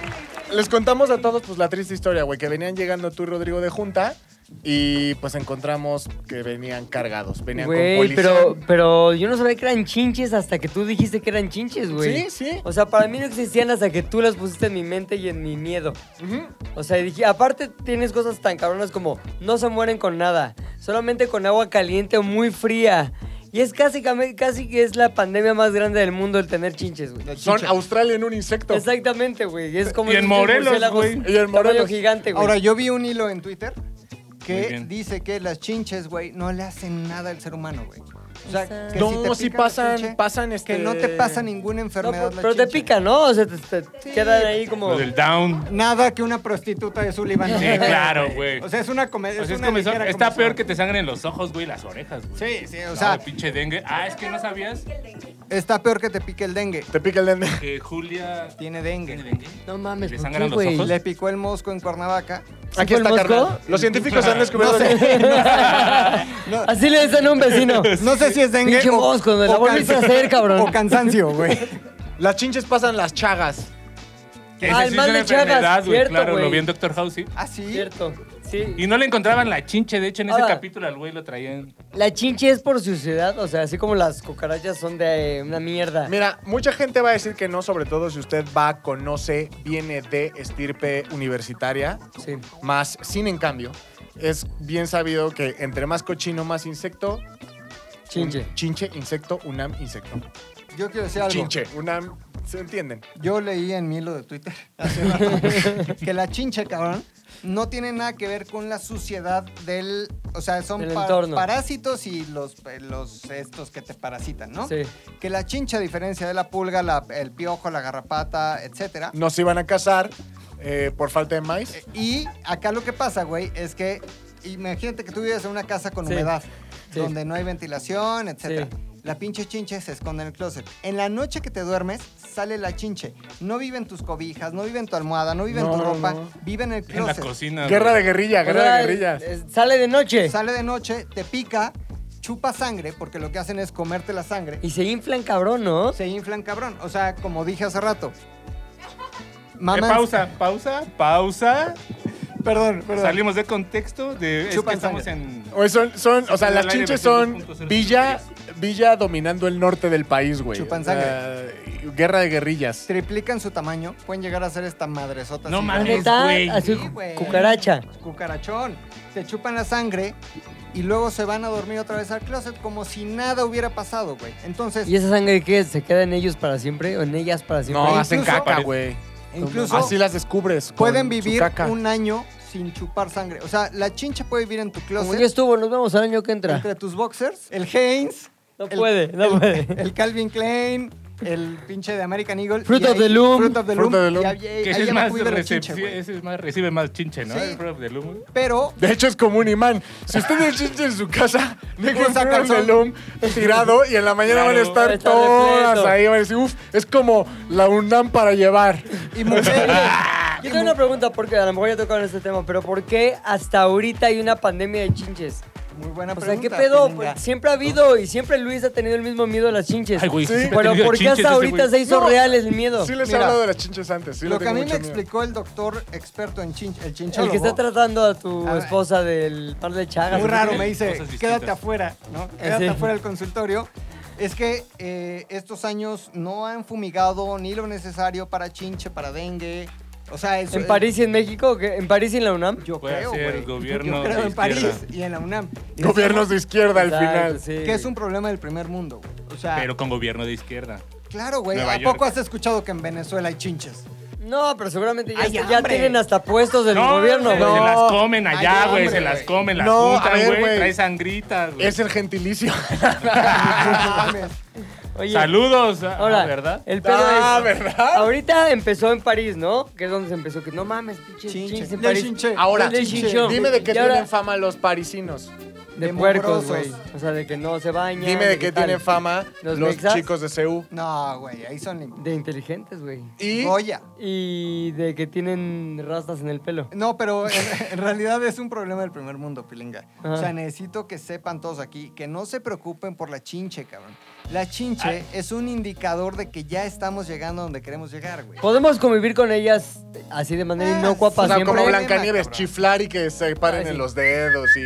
Speaker 3: les contamos a todos pues la triste historia, güey, que venían llegando tú y Rodrigo de junta y pues encontramos que venían cargados, venían con
Speaker 1: Güey,
Speaker 3: policía.
Speaker 1: pero, pero yo no sabía que eran chinches hasta que tú dijiste que eran chinches, güey.
Speaker 3: Sí, sí.
Speaker 1: O sea, para mí no existían hasta que tú las pusiste en mi mente y en mi miedo.
Speaker 3: Ujú.
Speaker 1: O sea, y dije, aparte tienes cosas tan cabronas como no se mueren con nada, solamente con agua caliente o muy fría. Y es casi, came- casi que es la pandemia más grande del mundo el tener chinches, güey.
Speaker 3: Son Australia en un insecto.
Speaker 1: Exactamente, güey. Es como pues,
Speaker 2: Y en
Speaker 1: esos
Speaker 2: Morelos,
Speaker 1: murciélagos
Speaker 2: güey.
Speaker 3: Y en
Speaker 1: tamaño
Speaker 3: Morelos.
Speaker 1: gigante, güey.
Speaker 5: Ahora, yo vi un hilo en Twitter
Speaker 2: Muy
Speaker 5: que
Speaker 2: bien.
Speaker 5: dice que las chinches, güey, no le hacen nada al ser humano, güey. O sea,
Speaker 1: Exacto.
Speaker 5: que
Speaker 3: No,
Speaker 5: te
Speaker 3: sí
Speaker 5: pica la
Speaker 3: pasan- pasan,
Speaker 5: Que
Speaker 3: este-
Speaker 5: no te pasa ninguna
Speaker 1: No,
Speaker 5: enfermedad
Speaker 1: pero,
Speaker 5: la
Speaker 1: pero te
Speaker 5: chinche.
Speaker 1: pica, ¿no? O sea, te, te
Speaker 5: Sí.
Speaker 1: quedan ahí como...
Speaker 2: Lo del down.
Speaker 5: Nada que una prostituta de Sullivan. no
Speaker 2: Sí,
Speaker 5: te dé,
Speaker 2: claro, güey.
Speaker 5: O sea, es una comedia.
Speaker 2: O sea, es
Speaker 5: una
Speaker 2: comezón.
Speaker 5: ligera
Speaker 2: Está
Speaker 5: comezón.
Speaker 2: peor que te sangren los ojos, güey, y las orejas, güey.
Speaker 5: Sí, sí, o
Speaker 2: No,
Speaker 5: sea,
Speaker 2: de pinche dengue. Ah, es que no sabías
Speaker 5: está peor que te pique el dengue.
Speaker 3: Te pica el dende.
Speaker 2: que Julia
Speaker 5: Tiene dengue.
Speaker 2: tiene dengue.
Speaker 1: No mames,
Speaker 2: ¿Le
Speaker 1: ¿por
Speaker 2: sangran
Speaker 1: qué,
Speaker 2: los
Speaker 1: güey?
Speaker 2: ojos?
Speaker 5: Le picó el mosco en Cuernavaca.
Speaker 3: Aquí
Speaker 1: fue el
Speaker 3: está
Speaker 1: mosco?
Speaker 3: carnal. Los científicos han descubierto que-
Speaker 1: Así le dicen a un vecino.
Speaker 5: No sé si es dengue
Speaker 1: Pinche
Speaker 5: o-
Speaker 1: mosco, me la
Speaker 5: o
Speaker 1: volviste a
Speaker 5: cansa-
Speaker 1: hacer, cabrón.
Speaker 5: O cansancio, güey.
Speaker 3: Las chinches pasan las chagas.
Speaker 1: Ah, el
Speaker 2: Esa sí
Speaker 1: mal
Speaker 2: es una
Speaker 1: de Chagas,
Speaker 2: enfermedad, güey.
Speaker 1: cierto,
Speaker 2: Claro, lo
Speaker 1: güey.
Speaker 2: vi en Doctor House, sí.
Speaker 5: ¿Ah, sí?
Speaker 1: Cierto.
Speaker 2: Y
Speaker 1: Sí.
Speaker 2: no le encontraban la chinche. De hecho, en ese
Speaker 1: Ahora-
Speaker 2: capítulo al güey lo traían.
Speaker 1: La chinche es por suciedad, o sea, así como las cucarachas son de eh, una mierda.
Speaker 3: Mira, mucha gente va a decir que no, sobre todo si usted va, conoce, viene de estirpe universitaria,
Speaker 1: Sí.
Speaker 3: más sin en cambio. Es bien sabido que entre más cochino, más insecto.
Speaker 1: Chinche.
Speaker 3: Un- chinche, insecto, UNAM, insecto.
Speaker 5: Yo quiero decir algo.
Speaker 3: Chinche, UNAM, ¿se entienden?
Speaker 5: Yo leí en mi hilo de Twitter hace rato que la chinche, cabrón, no tiene nada que ver con la suciedad del... O sea, son
Speaker 1: Del
Speaker 5: pa-
Speaker 1: entorno.
Speaker 5: parásitos y los, eh, los estos que te parasitan, ¿no?
Speaker 1: Sí.
Speaker 5: Que la chinche, a diferencia de la pulga, la- el piojo, la garrapata, etcétera,
Speaker 3: No se iban a casar eh, por falta de maíz.
Speaker 5: Y acá lo que pasa, güey, es que imagínate que tú vives en una casa con
Speaker 1: Sí.
Speaker 5: humedad,
Speaker 1: Sí.
Speaker 5: donde no hay ventilación, etc.
Speaker 1: Sí.
Speaker 5: La pinche chinche se esconde en el closet. En la noche que te duermes, sale la chinche. No vive en tus cobijas, no vive en tu almohada, no vive en tu
Speaker 3: No,
Speaker 5: ropa,
Speaker 3: no.
Speaker 5: vive en el
Speaker 2: En la
Speaker 5: closet.
Speaker 2: cocina.
Speaker 3: Guerra de
Speaker 2: güey.
Speaker 3: guerrilla,
Speaker 1: O
Speaker 3: guerra
Speaker 1: sea,
Speaker 3: de guerrillas.
Speaker 1: eh, Sale de noche
Speaker 5: sale de noche, te pica, chupa sangre, porque lo que hacen es comerte la sangre.
Speaker 1: y se inflan cabrón, ¿no?
Speaker 5: Se inflan cabrón. O sea, como dije hace rato.
Speaker 2: Eh,
Speaker 5: Maman,
Speaker 2: pausa, pausa, pausa.
Speaker 5: Perdón, perdón.
Speaker 2: Salimos de contexto. De, es que
Speaker 5: Chupan
Speaker 2: estamos
Speaker 5: sangre.
Speaker 2: en.
Speaker 3: Oye, son, son- o sea,
Speaker 2: Al
Speaker 3: las
Speaker 2: aire
Speaker 3: chinches son
Speaker 2: 22.0.
Speaker 3: Villa, Villa dominando el norte del país, güey.
Speaker 5: Chupan
Speaker 3: O sea, guerra de guerrillas.
Speaker 5: Triplican su tamaño, pueden llegar a ser esta madresota.
Speaker 2: No
Speaker 5: así,
Speaker 1: La
Speaker 2: mames.
Speaker 5: grande.
Speaker 1: neta,
Speaker 2: güey.
Speaker 1: así
Speaker 5: Sí, güey.
Speaker 1: cucaracha.
Speaker 5: cucarachón. Te chupan la sangre y luego se van a dormir otra vez al closet como si nada hubiera pasado, güey. Entonces,
Speaker 1: ¿Y esa sangre qué? ¿Se queda en ellos para siempre o en ellas para siempre?
Speaker 3: No,
Speaker 5: Incluso-
Speaker 3: hacen caca, güey.
Speaker 5: incluso
Speaker 3: Así las descubres. con
Speaker 5: pueden
Speaker 3: su
Speaker 5: vivir
Speaker 3: caca.
Speaker 5: un año sin chupar sangre. O sea, la chincha puede vivir en tu
Speaker 1: Como ya
Speaker 5: closet
Speaker 1: estuvo, nos vemos al año que entra.
Speaker 5: entre tus boxers, el Hanes,
Speaker 1: No
Speaker 5: el-
Speaker 1: puede, no
Speaker 5: el,
Speaker 1: puede.
Speaker 5: el Calvin Klein, el pinche de American Eagle.
Speaker 1: Fruit
Speaker 5: y
Speaker 1: of
Speaker 5: ahí-
Speaker 1: the Loom.
Speaker 5: Fruit of the
Speaker 3: Fruit
Speaker 5: Loom.
Speaker 3: of the Loom.
Speaker 5: y ahí- ahí
Speaker 2: Que
Speaker 5: ya
Speaker 2: ese es
Speaker 5: me
Speaker 2: más
Speaker 5: fui de lo chinche,
Speaker 2: receptivo,
Speaker 5: güey.
Speaker 2: ese es más, recibe más chinche, ¿no?
Speaker 5: Sí.
Speaker 2: El prof de Lumo.
Speaker 5: Pero
Speaker 3: De hecho, es como un imán. Si usted tiene chinche en su casa, dejen
Speaker 5: Esa
Speaker 3: un
Speaker 5: calzón.
Speaker 3: melón tirado y en la mañana van a
Speaker 2: Claro,
Speaker 1: va a
Speaker 3: estar
Speaker 1: estar
Speaker 3: todas
Speaker 1: repleto.
Speaker 3: ahí. Van a decir, uff, es como la UNAM para llevar.
Speaker 5: y mujeres.
Speaker 1: Yo tengo una pregunta porque a lo mejor ya tocaron este tema, pero ¿por qué hasta ahorita hay una pandemia de chinches?
Speaker 5: Muy buena
Speaker 1: O sea,
Speaker 5: pregunta.
Speaker 1: ¿qué pedo?
Speaker 5: Pilinga.
Speaker 1: Siempre ha habido y siempre Luis ha tenido el mismo miedo a las chinches.
Speaker 2: Ay, güey,
Speaker 3: Sí.
Speaker 2: siempre he
Speaker 1: Pero
Speaker 2: tenido
Speaker 1: ¿por qué
Speaker 2: chinches
Speaker 1: hasta
Speaker 2: ese
Speaker 1: ahorita
Speaker 2: güey.
Speaker 1: se hizo
Speaker 3: No.
Speaker 1: real el miedo?
Speaker 3: Sí les he
Speaker 5: Mira.
Speaker 3: hablado de las chinches antes. Sí,
Speaker 5: lo que a mí me
Speaker 3: explica.
Speaker 5: explicó el doctor experto en chin, el
Speaker 1: El
Speaker 5: chinchólogo.
Speaker 1: que está tratando a tu
Speaker 5: A ver.
Speaker 1: esposa del par de chagas.
Speaker 5: muy raro, me
Speaker 2: Cosas
Speaker 5: dice,
Speaker 2: distintas.
Speaker 5: quédate afuera, ¿no? Quédate
Speaker 1: Eh, sí.
Speaker 5: afuera del consultorio. Es que eh, estos años no han fumigado ni lo necesario para chinche, para dengue. O sea, eso
Speaker 1: ¿En París y en México? ¿Qué? ¿En París y en la UNAM?
Speaker 5: Yo
Speaker 2: Puede
Speaker 5: creo,
Speaker 2: ser
Speaker 5: güey.
Speaker 2: el gobierno
Speaker 5: Yo creo
Speaker 2: de
Speaker 5: en París
Speaker 2: izquierda.
Speaker 5: y en la UNAM. Y
Speaker 3: Gobiernos de izquierda al
Speaker 1: Exacto,
Speaker 3: final.
Speaker 1: sí.
Speaker 5: Que es un problema del primer mundo, güey. O sea,
Speaker 2: Pero con gobierno de izquierda.
Speaker 5: claro, güey.
Speaker 2: Nueva
Speaker 5: ¿A
Speaker 2: York.
Speaker 5: poco has escuchado que en Venezuela hay chinches?
Speaker 1: No, pero seguramente ya,
Speaker 5: Ay,
Speaker 1: está- ya
Speaker 5: hambre.
Speaker 1: tienen hasta puestos del gobierno.
Speaker 2: se,
Speaker 1: güey.
Speaker 2: se
Speaker 3: No.
Speaker 2: las comen allá,
Speaker 5: Ay,
Speaker 2: güey,
Speaker 5: hombre,
Speaker 2: se las
Speaker 5: güey.
Speaker 2: comen, las
Speaker 3: No, a
Speaker 2: juntan,
Speaker 3: ver,
Speaker 2: güey,
Speaker 3: güey.
Speaker 2: trae sangrita, güey.
Speaker 3: Es el gentilicio.
Speaker 5: No mames.
Speaker 1: Oye,
Speaker 2: Saludos, ah,
Speaker 1: Ahora,
Speaker 2: ¿verdad?
Speaker 1: el pedo
Speaker 3: Ah,
Speaker 1: es-
Speaker 3: ¿verdad?
Speaker 1: Ahorita empezó en París, ¿no? Que es donde se empezó. Que no mames, pinche
Speaker 5: Chinche.
Speaker 1: chinches en
Speaker 5: Ya
Speaker 1: París.
Speaker 5: chinche.
Speaker 3: Ahora,
Speaker 1: Ya chinchó.
Speaker 3: dime de qué
Speaker 1: Y ahora,
Speaker 3: tienen fama los parisinos.
Speaker 1: De
Speaker 5: de
Speaker 1: puercos, güey.
Speaker 5: mugrosos.
Speaker 1: O sea, de que no se bañan.
Speaker 3: Dime de qué
Speaker 1: tal.
Speaker 3: tienen fama
Speaker 1: ¿Los
Speaker 3: los,
Speaker 1: mexas?
Speaker 3: chicos de CEU.
Speaker 5: No, güey, ahí son lim-
Speaker 1: De inteligentes, güey.
Speaker 3: Y
Speaker 5: Goya.
Speaker 1: Y de que tienen rastas en el pelo.
Speaker 5: No, pero en, en realidad es un problema del primer mundo, Pilinga.
Speaker 1: Ajá.
Speaker 5: O sea, necesito que sepan todos aquí que no se preocupen por la chinche, cabrón. La chinche es un indicador de que ya estamos llegando a donde queremos llegar, güey.
Speaker 1: Podemos convivir con ellas así de manera
Speaker 5: Ah,
Speaker 1: inocua
Speaker 3: o
Speaker 1: para
Speaker 3: sea,
Speaker 1: siempre.
Speaker 3: como
Speaker 5: Blanca-
Speaker 3: Blancanieves,
Speaker 5: Cabrón.
Speaker 3: chiflar y que se paren
Speaker 1: Ah, sí.
Speaker 3: en los dedos y.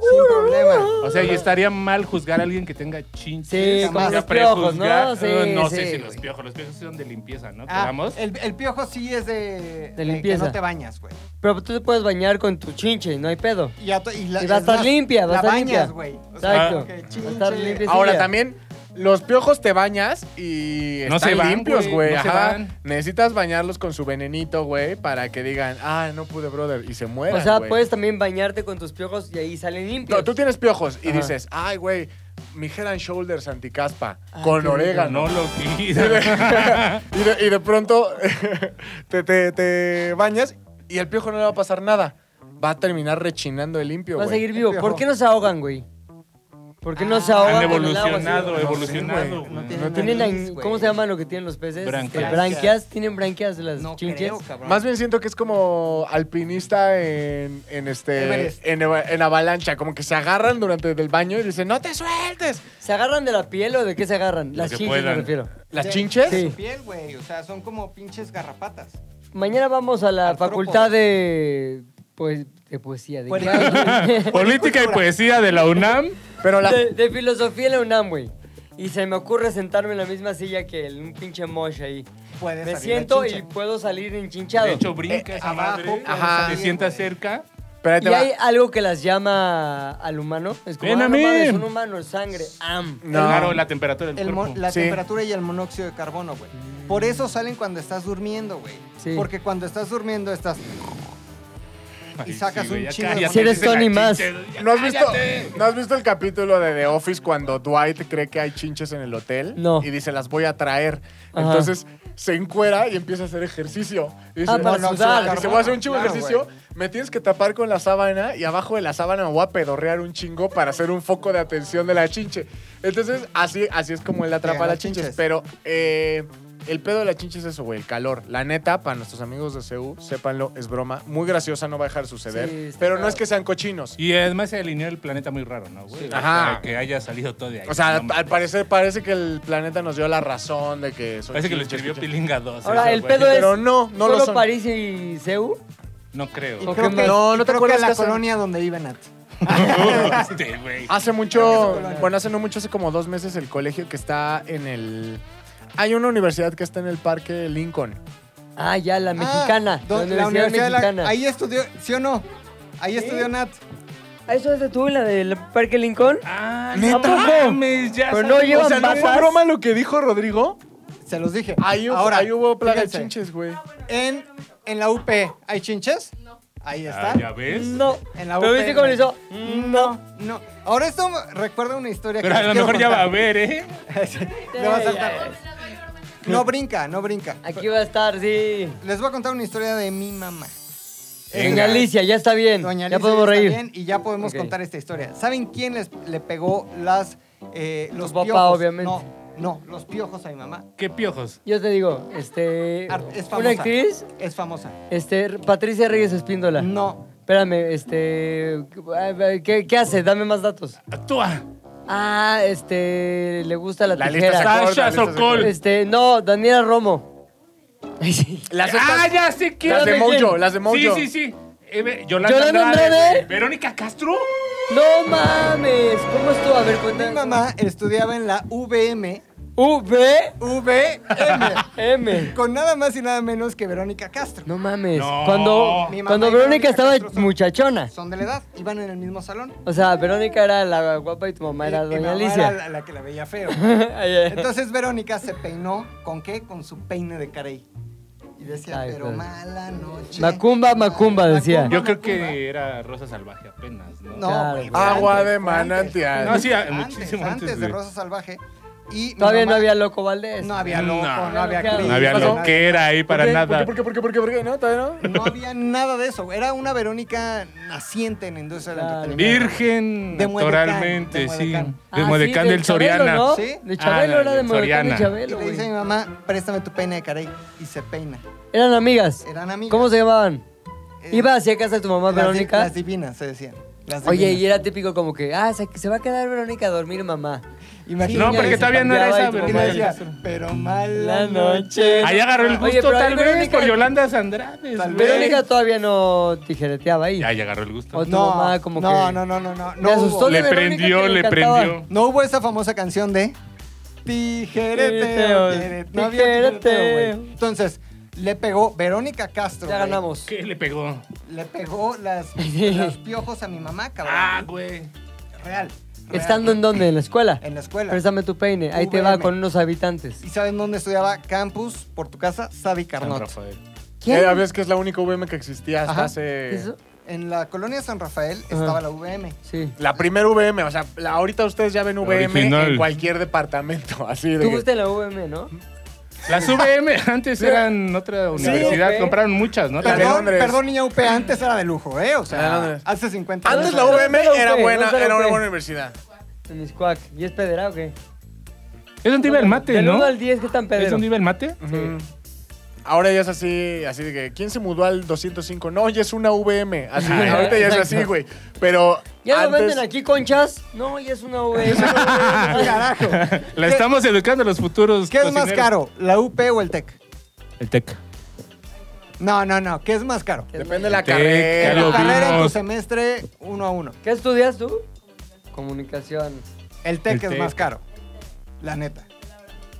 Speaker 5: Sin problema.
Speaker 2: O sea, y estaría mal juzgar a alguien que tenga
Speaker 1: Sí,
Speaker 2: chinches.
Speaker 1: como
Speaker 5: Ya
Speaker 1: los piojos, ¿no? Sí,
Speaker 2: Eh, no
Speaker 1: sí,
Speaker 2: sé si
Speaker 1: güey.
Speaker 2: los piojos, los piojos son de limpieza, ¿no?
Speaker 5: Ah,
Speaker 2: Quedamos.
Speaker 5: el, el piojo sí es de, que
Speaker 1: limpieza.
Speaker 5: no te bañas, güey.
Speaker 1: Pero tú te puedes bañar con tu chinche, no hay pedo.
Speaker 5: Y, a to- y la-
Speaker 1: Y va a
Speaker 5: es
Speaker 1: estar
Speaker 5: más,
Speaker 1: limpia, va a
Speaker 5: la
Speaker 1: estar
Speaker 5: bañas,
Speaker 1: limpia.
Speaker 5: güey. O sea,
Speaker 1: Exacto.
Speaker 2: Ah,
Speaker 5: que
Speaker 1: Va a estar
Speaker 5: chinche. Ah,
Speaker 1: limpio y
Speaker 3: Ahora
Speaker 1: ya.
Speaker 3: también, los piojos te bañas y
Speaker 2: No
Speaker 3: están
Speaker 2: se van,
Speaker 3: limpios,
Speaker 2: güey,
Speaker 3: güey.
Speaker 2: no se
Speaker 3: ajá.
Speaker 2: van.
Speaker 3: Necesitas bañarlos con su venenito, güey, para que digan, ah, no pude, brother, y se mueran.
Speaker 1: O sea,
Speaker 3: güey.
Speaker 1: puedes también bañarte con tus piojos y ahí salen limpios.
Speaker 3: No, tú tienes piojos y
Speaker 1: Ajá.
Speaker 3: dices, ay, güey, mi head and shoulders anticaspa
Speaker 1: Ay,
Speaker 3: con
Speaker 1: qué rico.
Speaker 2: No
Speaker 3: orégano.
Speaker 2: lo
Speaker 3: y, de,
Speaker 2: pidas.
Speaker 3: y de- y de pronto te, te- te bañas y el piojo no le va a pasar nada. Va a terminar rechinando de limpio,
Speaker 1: Va a
Speaker 3: güey.
Speaker 1: seguir vivo.
Speaker 5: Piojo.
Speaker 1: ¿Por qué no se ahogan, güey? ¿Por qué no se
Speaker 5: Ah,
Speaker 1: ahogan?
Speaker 2: Han
Speaker 1: con el agua,
Speaker 2: evolucionado,
Speaker 1: sí?
Speaker 3: güey.
Speaker 2: evolucionado.
Speaker 3: No sé,
Speaker 2: güey.
Speaker 5: tiene-
Speaker 1: No tienen,
Speaker 5: Nariz,
Speaker 1: an-
Speaker 5: güey.
Speaker 1: ¿cómo se llama lo que tienen los peces?
Speaker 2: Branquias.
Speaker 1: Este, branquias. ¿Tienen branquias las
Speaker 5: No
Speaker 1: chinches?
Speaker 5: creo, cabrón.
Speaker 3: Más bien siento que es como alpinista en, en este
Speaker 5: Everest.
Speaker 3: en, eva- en avalancha, como que se agarran durante el baño y dicen, "No te sueltes."
Speaker 1: ¿Se agarran de la piel o de qué se agarran?
Speaker 2: Lo
Speaker 1: Las
Speaker 2: que
Speaker 1: chinches me
Speaker 2: puedan.
Speaker 1: refiero.
Speaker 3: ¿Las
Speaker 5: Sí.
Speaker 3: chinches?
Speaker 1: Sí.
Speaker 5: Su piel, güey. O sea, son como pinches garrapatas.
Speaker 1: Mañana vamos a la
Speaker 5: Artrópodos.
Speaker 1: facultad de, pues, de poesía. De,
Speaker 5: Poesía.
Speaker 2: Política y poesía de la UNAM.
Speaker 3: Pero la
Speaker 1: de- de filosofía en la UNAM, güey. Y se me ocurre sentarme en la misma silla que el- un pinche mosh ahí.
Speaker 5: Puede
Speaker 1: Me
Speaker 5: salir
Speaker 1: siento
Speaker 5: la
Speaker 1: y
Speaker 5: chinche.
Speaker 1: puedo salir enchinchado.
Speaker 2: De hecho, brinca esa
Speaker 5: abajo,
Speaker 2: madre.
Speaker 5: ajá.
Speaker 2: Te sientas cerca.
Speaker 3: pero ahí
Speaker 1: y
Speaker 3: te va.
Speaker 1: hay algo que las llama al humano. Es como,
Speaker 2: Ven
Speaker 1: ah,
Speaker 2: a
Speaker 1: no
Speaker 2: mí.
Speaker 1: mames, un humano, es sangre. Am.
Speaker 3: No.
Speaker 2: Claro, la temperatura del
Speaker 5: El mo-
Speaker 2: cuerpo.
Speaker 5: la
Speaker 3: Sí.
Speaker 5: temperatura y el monóxido de carbono, güey. Por eso salen cuando estás durmiendo, güey.
Speaker 1: Sí.
Speaker 5: Porque cuando estás durmiendo estás...
Speaker 2: Ay,
Speaker 5: y sacas
Speaker 2: güey,
Speaker 5: un
Speaker 2: ya
Speaker 5: chingo de
Speaker 2: cállate,
Speaker 1: Si eres
Speaker 2: dice la
Speaker 1: Tony más.
Speaker 2: chinche, ya
Speaker 3: ¿No has, visto,
Speaker 2: cállate.
Speaker 3: ¿No has visto el capítulo de The Office cuando Dwight cree que hay chinches en el hotel?
Speaker 1: No.
Speaker 3: Y dice, las voy a traer.
Speaker 1: Ajá.
Speaker 3: Entonces se encuera y empieza a hacer ejercicio. Y dice,
Speaker 1: Ah, para
Speaker 3: "Monóxido de
Speaker 1: sudar". Ah,
Speaker 3: carbono. Dice, voy a hacer un chingo de
Speaker 5: Claro,
Speaker 3: ejercicio, me tienes que tapar con la sábana y abajo de la sábana me voy a pedorrear un chingo para hacer un foco de atención de la chinche. Entonces así, así es como él atrapa
Speaker 5: Llegan
Speaker 3: a las
Speaker 5: las
Speaker 3: chinches.
Speaker 5: chinches.
Speaker 3: Pero eh, el pedo de la chinche es eso, güey, el calor. La neta, para nuestros amigos de CEU, sépanlo, es broma. Muy graciosa, no va a dejar de suceder.
Speaker 1: Sí, está
Speaker 3: pero no
Speaker 1: claro.
Speaker 3: es que sean cochinos.
Speaker 2: Y además se alineó el planeta muy raro, ¿no, güey? O sea,
Speaker 3: Ajá.
Speaker 2: que haya salido todo de ahí.
Speaker 3: O sea,
Speaker 2: No
Speaker 3: al
Speaker 2: mames.
Speaker 3: parecer parece que el planeta nos dio la razón de que son
Speaker 2: Parece que lo
Speaker 3: chinches,
Speaker 2: escribió
Speaker 3: chinches.
Speaker 2: Pilinga 2.
Speaker 1: Ahora,
Speaker 2: eso,
Speaker 1: el
Speaker 2: güey.
Speaker 1: pedo es...
Speaker 3: Pero no, no
Speaker 1: ¿Solo
Speaker 3: lo son.
Speaker 1: París y Seúl?
Speaker 2: No
Speaker 5: Y
Speaker 2: creo.
Speaker 1: Ok.
Speaker 5: creo
Speaker 1: qué
Speaker 5: que,
Speaker 1: más?
Speaker 3: No,
Speaker 5: y
Speaker 3: no te
Speaker 5: creo
Speaker 3: acuerdas
Speaker 5: que la
Speaker 3: que hace-
Speaker 5: colonia donde vive Nat.
Speaker 2: Este, güey.
Speaker 3: Hace
Speaker 5: Creo que
Speaker 3: mucho,
Speaker 5: es colonia.
Speaker 3: bueno, hace no mucho, hace como dos meses el colegio que está en el... Hay una universidad que está en el parque Lincoln.
Speaker 1: Ah, ya, la
Speaker 5: Ah,
Speaker 1: mexicana.
Speaker 5: don-
Speaker 1: la Universidad
Speaker 5: de la-
Speaker 1: Mexicana.
Speaker 5: ahí estudió, ¿sí o no? Ahí estudió Nat.
Speaker 1: ¿Eso es de tú, la del Parque Lincoln?
Speaker 2: Ah,
Speaker 1: ¿Neta?
Speaker 2: no mames, ya
Speaker 1: Pero no
Speaker 2: salió.
Speaker 1: llevan
Speaker 3: O sea, ¿no fue
Speaker 1: batas?
Speaker 3: broma lo que dijo Rodrigo?
Speaker 5: Se los dije.
Speaker 3: Ahí hubo,
Speaker 5: Ahora,
Speaker 3: ahí hubo plaga de
Speaker 5: fíjense,
Speaker 3: chinches, güey.
Speaker 5: En, en la UP, ¿hay chinches? No. Ahí
Speaker 2: Ah,
Speaker 5: está.
Speaker 2: ¿Ya ves?
Speaker 1: No.
Speaker 5: En la
Speaker 1: ¿Pero
Speaker 5: UP,
Speaker 1: viste cómo le hizo?
Speaker 5: No, no. Ahora esto me recuerda una historia
Speaker 2: Pero
Speaker 5: que
Speaker 2: a
Speaker 5: les
Speaker 2: lo
Speaker 5: quiero
Speaker 2: mejor ya va a
Speaker 5: contar.
Speaker 2: ver, ¿eh?
Speaker 5: Le va a saltar.
Speaker 4: En el baño no me
Speaker 5: No brinca, no brinca.
Speaker 1: Aquí va a estar, sí.
Speaker 5: Les voy a contar una historia de mi mamá.
Speaker 1: Doña Alicia, ya está bien.
Speaker 5: Doña
Speaker 1: ya
Speaker 5: Alicia
Speaker 1: podemos
Speaker 5: está
Speaker 1: reír.
Speaker 5: bien y ya podemos
Speaker 1: Ok.
Speaker 5: contar esta historia. ¿Saben quién les, le pegó las, eh, los
Speaker 1: Tu papá,
Speaker 5: piojos?
Speaker 1: obviamente.
Speaker 5: No, no, los piojos a mi mamá.
Speaker 2: ¿Qué piojos?
Speaker 1: Yo te digo, este.
Speaker 5: Ar- es famosa.
Speaker 1: ¿Una actriz?
Speaker 5: Es famosa.
Speaker 1: Este, Patricia Reyes Espíndola.
Speaker 5: No.
Speaker 1: Espérame, este. ¿Qué, qué hace? Dame más datos.
Speaker 2: Actúa. Ah,
Speaker 1: Ah, este. Le gusta la,
Speaker 3: La lista se
Speaker 1: tijera.
Speaker 3: acaba.
Speaker 2: Sasha
Speaker 3: Sasha
Speaker 2: Sokol.
Speaker 1: Este, no, Daniela Romo. Ay, sí.
Speaker 3: Las
Speaker 2: ah,
Speaker 3: otras-
Speaker 2: ya sé quién.
Speaker 3: las de
Speaker 1: dame
Speaker 3: Mojo,
Speaker 1: quién.
Speaker 3: las de Mojo.
Speaker 2: Sí, sí, sí. Eve- Yolanda,
Speaker 1: Yolanda
Speaker 2: Andrade.
Speaker 1: Andrade.
Speaker 2: güey. ¿Verónica Castro?
Speaker 1: No mames. ¿Cómo estuvo? A ver,
Speaker 5: Mi
Speaker 1: cuéntame.
Speaker 5: mamá estudiaba en la VM.
Speaker 1: V
Speaker 5: VM.
Speaker 1: M.
Speaker 5: con nada más y nada menos que Verónica Castro.
Speaker 1: No mames.
Speaker 2: No.
Speaker 1: Cuando,
Speaker 5: Mi mamá
Speaker 1: cuando
Speaker 5: y Verónica
Speaker 1: Verónica estaba
Speaker 5: Castro son-
Speaker 1: muchachona.
Speaker 5: Son de la edad, iban en el mismo salón.
Speaker 1: O sea, Verónica era la guapa y tu mamá era
Speaker 5: Y- y mi
Speaker 1: doña
Speaker 5: mamá Era
Speaker 1: Alicia.
Speaker 5: la, la que la veía feo.
Speaker 1: Ay, eh. ay.
Speaker 5: Entonces Verónica se peinó, ¿con qué? Con su peine de carey. Y decía,
Speaker 1: Ay,
Speaker 5: pero
Speaker 1: pues.
Speaker 5: mala noche.
Speaker 1: Macumba, macumba, decía.
Speaker 2: Yo creo Ah, que era Rosa Salvaje apenas, ¿no?
Speaker 5: No,
Speaker 1: Claro,
Speaker 5: güey,
Speaker 1: güey.
Speaker 3: Agua
Speaker 5: antes,
Speaker 3: de
Speaker 5: antes,
Speaker 3: manantial.
Speaker 5: antes,
Speaker 2: No, sí,
Speaker 5: antes,
Speaker 2: muchísimo
Speaker 5: antes.
Speaker 2: antes,
Speaker 5: de
Speaker 2: güey.
Speaker 5: Rosa Salvaje. Y mi
Speaker 1: Todavía
Speaker 5: mamá-
Speaker 1: no había Loco Valdés.
Speaker 5: No había loco, no,
Speaker 2: No,
Speaker 5: había
Speaker 1: no había-
Speaker 5: Cris,
Speaker 2: No había
Speaker 3: ¿Qué pasó?
Speaker 2: lo que era ahí para
Speaker 3: ¿Por qué?
Speaker 2: nada.
Speaker 3: ¿Por qué, por qué, por qué, por qué, por qué? ¿No? ¿Todavía no?
Speaker 5: No había nada de eso. Era una Verónica naciente en la industria del
Speaker 1: Claro.
Speaker 5: entretenimiento.
Speaker 2: Virgen,
Speaker 5: De Muedecán,
Speaker 2: naturalmente,
Speaker 5: de Muedecán.
Speaker 2: sí. De
Speaker 1: Ah,
Speaker 2: Muedecán
Speaker 1: sí,
Speaker 2: del
Speaker 1: Chabelo,
Speaker 2: Soriana.
Speaker 1: ¿no?
Speaker 5: Sí.
Speaker 1: De Chabelo,
Speaker 2: Ah, no,
Speaker 1: era de
Speaker 2: del
Speaker 1: Muedecán y
Speaker 2: Soriana.
Speaker 5: Y
Speaker 1: Chabelo,
Speaker 5: le
Speaker 1: güey.
Speaker 5: dice a mi mamá, préstame tu peine de carey. Y se peina.
Speaker 1: Eran amigas.
Speaker 5: Eran amigas.
Speaker 1: ¿Cómo se llamaban?
Speaker 5: Eh,
Speaker 1: Iba hacia casa de tu mamá,
Speaker 5: las di-
Speaker 1: Verónica.
Speaker 5: Las divinas, se decían. Las
Speaker 1: Oye, y
Speaker 5: divinas.
Speaker 1: era típico como que, ah, se, se va a quedar Verónica a dormir, mamá.
Speaker 5: Imagínate.
Speaker 2: No,
Speaker 1: Sí, ya
Speaker 2: porque
Speaker 1: se
Speaker 2: todavía no era
Speaker 1: cambiaba y
Speaker 2: esa
Speaker 1: tu
Speaker 5: Y
Speaker 1: mamá
Speaker 5: le
Speaker 1: del
Speaker 5: decía,
Speaker 2: Verónica.
Speaker 5: pero mala
Speaker 1: La
Speaker 5: noche.
Speaker 1: noche.
Speaker 2: Ahí agarró el
Speaker 1: Oye,
Speaker 2: gusto,
Speaker 1: pero ahí
Speaker 2: tal vez,
Speaker 1: Verónica-
Speaker 2: por Yolanda Andrade.
Speaker 5: Tal
Speaker 2: güey.
Speaker 1: Verónica todavía no tijereteaba ahí.
Speaker 2: Ahí agarró el gusto.
Speaker 5: Pues,
Speaker 1: O- tu mamá como
Speaker 5: no,
Speaker 1: que-
Speaker 5: no, no, no, no.
Speaker 1: Me
Speaker 5: No
Speaker 1: asustó
Speaker 5: hubo,
Speaker 1: de
Speaker 2: Le
Speaker 1: Verónica
Speaker 2: prendió,
Speaker 1: que le
Speaker 2: le
Speaker 1: encantaba.
Speaker 2: prendió.
Speaker 5: no hubo esa famosa canción de
Speaker 1: Tijereteo,
Speaker 5: Tijereteo. tijereteo. No había tijereteo, güey.
Speaker 1: tijereteo.
Speaker 5: Entonces, le pegó Verónica Castro.
Speaker 1: Ya
Speaker 5: güey.
Speaker 1: ganamos.
Speaker 2: ¿Qué le pegó?
Speaker 5: Le pegó las, los piojos a mi mamá, cabrón.
Speaker 2: Ah, güey.
Speaker 5: Real. real.
Speaker 1: ¿Estando en dónde? ¿En la escuela?
Speaker 5: En la escuela.
Speaker 1: Préstame tu peine. Ahí te va
Speaker 5: VM.
Speaker 1: con unos habitantes.
Speaker 5: ¿Y saben dónde estudiaba Campus por tu casa? Sabi
Speaker 2: San
Speaker 5: Carnot.
Speaker 2: Rafael.
Speaker 1: ¿Quién?
Speaker 3: Era, ves que es la única VM que existía hasta
Speaker 5: Ajá.
Speaker 3: hace...
Speaker 1: ¿Eso?
Speaker 5: En la colonia San Rafael estaba la VM.
Speaker 1: Sí.
Speaker 3: La primera VM, o sea, la- ahorita ustedes ya ven VM
Speaker 2: original.
Speaker 3: en cualquier departamento, así de...
Speaker 1: Tú
Speaker 3: que-
Speaker 1: fuiste en la VM, ¿no?
Speaker 2: Las UVM antes eran otra universidad.
Speaker 1: ok.
Speaker 2: Compraron muchas, ¿no?
Speaker 3: La de
Speaker 5: Perdón,
Speaker 3: Londres.
Speaker 5: perdón, niña UP, antes era de lujo, ¿eh? O
Speaker 3: La de
Speaker 5: sea,
Speaker 3: Londres.
Speaker 5: hace 50 años.
Speaker 3: Antes la
Speaker 5: era-
Speaker 3: VM
Speaker 1: No se lo
Speaker 3: era
Speaker 1: fue,
Speaker 3: buena,
Speaker 1: no se lo
Speaker 3: era una
Speaker 1: fue.
Speaker 3: buena universidad.
Speaker 1: En Iscuac. ¿Y es pedera o qué?
Speaker 2: Es donde iba el mate,
Speaker 1: Del
Speaker 2: ¿no?
Speaker 1: 1 al 10, ¿qué tan
Speaker 2: ¿Es
Speaker 1: pedero?
Speaker 2: donde iba el mate?
Speaker 3: Ujú. Ahora ya es así, así de que, ¿quién se mudó al 205? No, ya es una VM. Así,
Speaker 2: Ah,
Speaker 1: Ajá,
Speaker 3: ahorita ya es
Speaker 1: exacto.
Speaker 3: así, güey. Pero
Speaker 1: ¿Ya lo
Speaker 3: antes-
Speaker 1: venden aquí, conchas? No, ya es una VM.
Speaker 5: Carajo.
Speaker 2: La estamos educando a los futuros.
Speaker 5: ¿Qué es más
Speaker 2: cocineros.
Speaker 5: caro, la UP o el TEC?
Speaker 2: El TEC.
Speaker 5: No, no, no. ¿Qué es más caro?
Speaker 3: Depende de la
Speaker 2: Tec,
Speaker 5: La
Speaker 2: ya
Speaker 3: carrera.
Speaker 2: lo
Speaker 5: carrera en tu
Speaker 2: vimos.
Speaker 5: semestre uno a uno.
Speaker 1: ¿Qué estudias tú? Comunicación.
Speaker 5: El TEC
Speaker 2: El
Speaker 5: es
Speaker 2: TEC.
Speaker 5: más caro. La neta.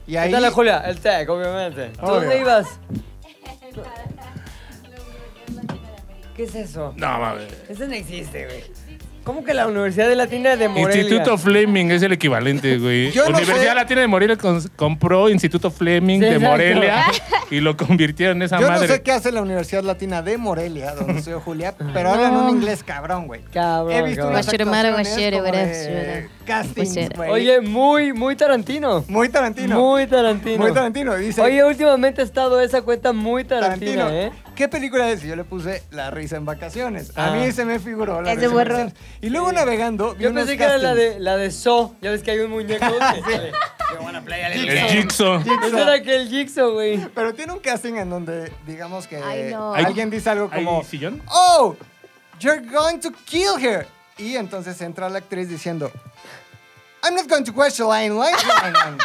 Speaker 5: Y
Speaker 1: ¿Qué
Speaker 5: ahí.
Speaker 1: tal la Julia? El TEC, obviamente. ¿Tú ¿Dónde
Speaker 5: Obvio.
Speaker 1: ibas? ¿Qué es eso?
Speaker 2: No, mames.
Speaker 1: Eso no existe, güey. ¿Cómo que la Universidad de Latina de Morelia?
Speaker 2: Instituto Fleming es el equivalente, güey.
Speaker 5: Yo no
Speaker 2: Universidad
Speaker 5: sé.
Speaker 2: Latina de Morelia cons- compró Instituto Fleming
Speaker 1: Sí,
Speaker 2: de
Speaker 1: exacto.
Speaker 2: Morelia y lo convirtieron en esa
Speaker 5: Yo
Speaker 2: madre.
Speaker 5: no sé qué hace la Universidad Latina de Morelia, donde estudió Julia, pero hablan un inglés cabrón, güey.
Speaker 1: Cabrón,
Speaker 5: He visto
Speaker 1: cabrón.
Speaker 5: unas
Speaker 6: Guachurumara,
Speaker 5: actuaciones como
Speaker 6: guachere,
Speaker 5: de
Speaker 6: guachera.
Speaker 5: castings,
Speaker 6: Guachera.
Speaker 5: güey.
Speaker 1: Oye, muy, muy Tarantino.
Speaker 5: muy Tarantino.
Speaker 1: Muy Tarantino.
Speaker 5: Muy Tarantino, dice-
Speaker 1: Oye, últimamente ha estado esa cuenta muy Tarantino, ¿eh?
Speaker 5: ¿Qué película es? Y Yo le puse La risa en vacaciones. A
Speaker 1: Ah.
Speaker 5: mí se me figuró La
Speaker 6: Es
Speaker 5: risa
Speaker 6: de
Speaker 5: en
Speaker 6: borrón.
Speaker 5: vacaciones. Y luego navegando vi
Speaker 1: Yo
Speaker 5: unos
Speaker 1: pensé que era la
Speaker 5: castings.
Speaker 1: de, la de So. Ya ves que hay un muñeco. que sale.
Speaker 2: El Jigsaw.
Speaker 1: Ese era aquel Jigsaw, güey.
Speaker 5: Pero tiene un casting en donde, digamos que
Speaker 6: Ay, no.
Speaker 5: alguien dice algo
Speaker 2: ¿Hay
Speaker 5: como,
Speaker 2: sillón?
Speaker 5: oh, you're going to kill her. Y entonces entra la actriz diciendo, I'm not going to question line, line, line, line.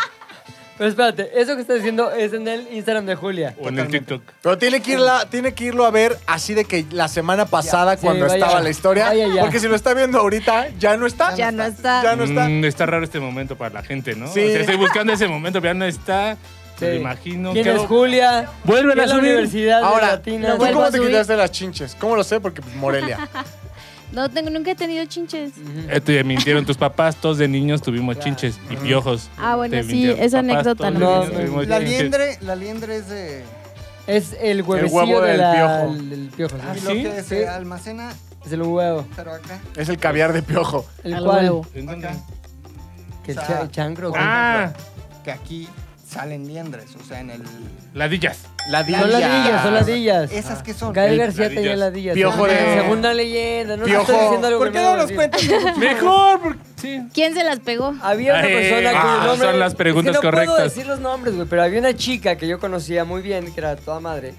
Speaker 1: Pero espérate, eso que estás diciendo es en el Instagram de Julia.
Speaker 2: O en el TikTok.
Speaker 3: Pero tiene que, irla, tiene que irlo a ver así de que la semana pasada
Speaker 1: Sí,
Speaker 3: cuando
Speaker 1: vaya.
Speaker 3: estaba la historia.
Speaker 1: Vaya ya.
Speaker 3: Porque si lo está viendo ahorita, ya no está.
Speaker 6: Ya no está.
Speaker 3: Ya no está.
Speaker 2: Mm, está raro este momento para la gente, ¿no?
Speaker 3: Sí.
Speaker 2: O sea, estoy buscando ese momento, pero ya no está.
Speaker 1: Sí.
Speaker 2: Me lo imagino.
Speaker 1: ¿Quién
Speaker 2: Quedó-
Speaker 1: es Julia?
Speaker 2: Vuelven
Speaker 1: ¿Quién
Speaker 2: a
Speaker 1: es la
Speaker 2: subir.
Speaker 1: Universidad de
Speaker 3: Ahora,
Speaker 1: Latina?
Speaker 6: lo
Speaker 3: ¿tú
Speaker 6: vuelvo
Speaker 3: cómo
Speaker 6: a
Speaker 3: te
Speaker 6: subir.
Speaker 3: quitaste las chinches? ¿Cómo lo sé? Porque pues, Morelia.
Speaker 6: No tengo, nunca he tenido chinches.
Speaker 2: Eh, Te mintieron tus papás, todos de niños tuvimos chinches y piojos.
Speaker 6: Ah, bueno,
Speaker 2: Te
Speaker 6: sí,
Speaker 2: mintieron tus
Speaker 6: esa
Speaker 2: papás,
Speaker 6: anécdota
Speaker 2: todos
Speaker 1: no me
Speaker 2: de niños
Speaker 1: sé.
Speaker 2: tuvimos
Speaker 5: La
Speaker 2: chinches.
Speaker 5: liendre, la liendre es de...
Speaker 1: Es el huevecillo
Speaker 3: huevo
Speaker 1: de
Speaker 3: del
Speaker 1: la-
Speaker 3: piojo.
Speaker 1: el- el piojo, sí.
Speaker 5: y
Speaker 2: ¿Ah, sí?
Speaker 5: Ah, lo que
Speaker 1: Sí.
Speaker 5: se almacena,
Speaker 1: Es el huevo.
Speaker 5: pero acá.
Speaker 3: Es el caviar de piojo.
Speaker 1: El
Speaker 6: Al
Speaker 1: cual.
Speaker 6: huevo.
Speaker 2: ¿En dónde?
Speaker 5: Acá.
Speaker 1: Que el
Speaker 5: O sea,
Speaker 1: cha- chancro. güey.
Speaker 2: Ah,
Speaker 5: Que aquí se salen liendres, o sea, en el...
Speaker 2: Ladillas.
Speaker 1: Son ladillas, son ladillas.
Speaker 5: ¿Esas que son?
Speaker 1: Gael García tenía
Speaker 2: Ladillas.
Speaker 1: ladillas.
Speaker 3: Piojo
Speaker 1: ¿no?
Speaker 3: de-
Speaker 1: Segunda leyenda. No, no
Speaker 3: Piojo.
Speaker 1: estoy diciendo algo
Speaker 5: ¿Por
Speaker 1: que
Speaker 5: qué
Speaker 1: voy
Speaker 5: no
Speaker 1: a
Speaker 5: nos
Speaker 1: decir.
Speaker 5: cuentas?
Speaker 2: Mejor, porque sí.
Speaker 6: ¿Quién se las pegó?
Speaker 1: Había una
Speaker 2: Ay,
Speaker 1: persona que
Speaker 2: ah, son las preguntas
Speaker 1: es que no puedo
Speaker 2: correctas.
Speaker 1: decir los nombres, güey, pero había una chica que yo conocía muy bien, que era toda madre,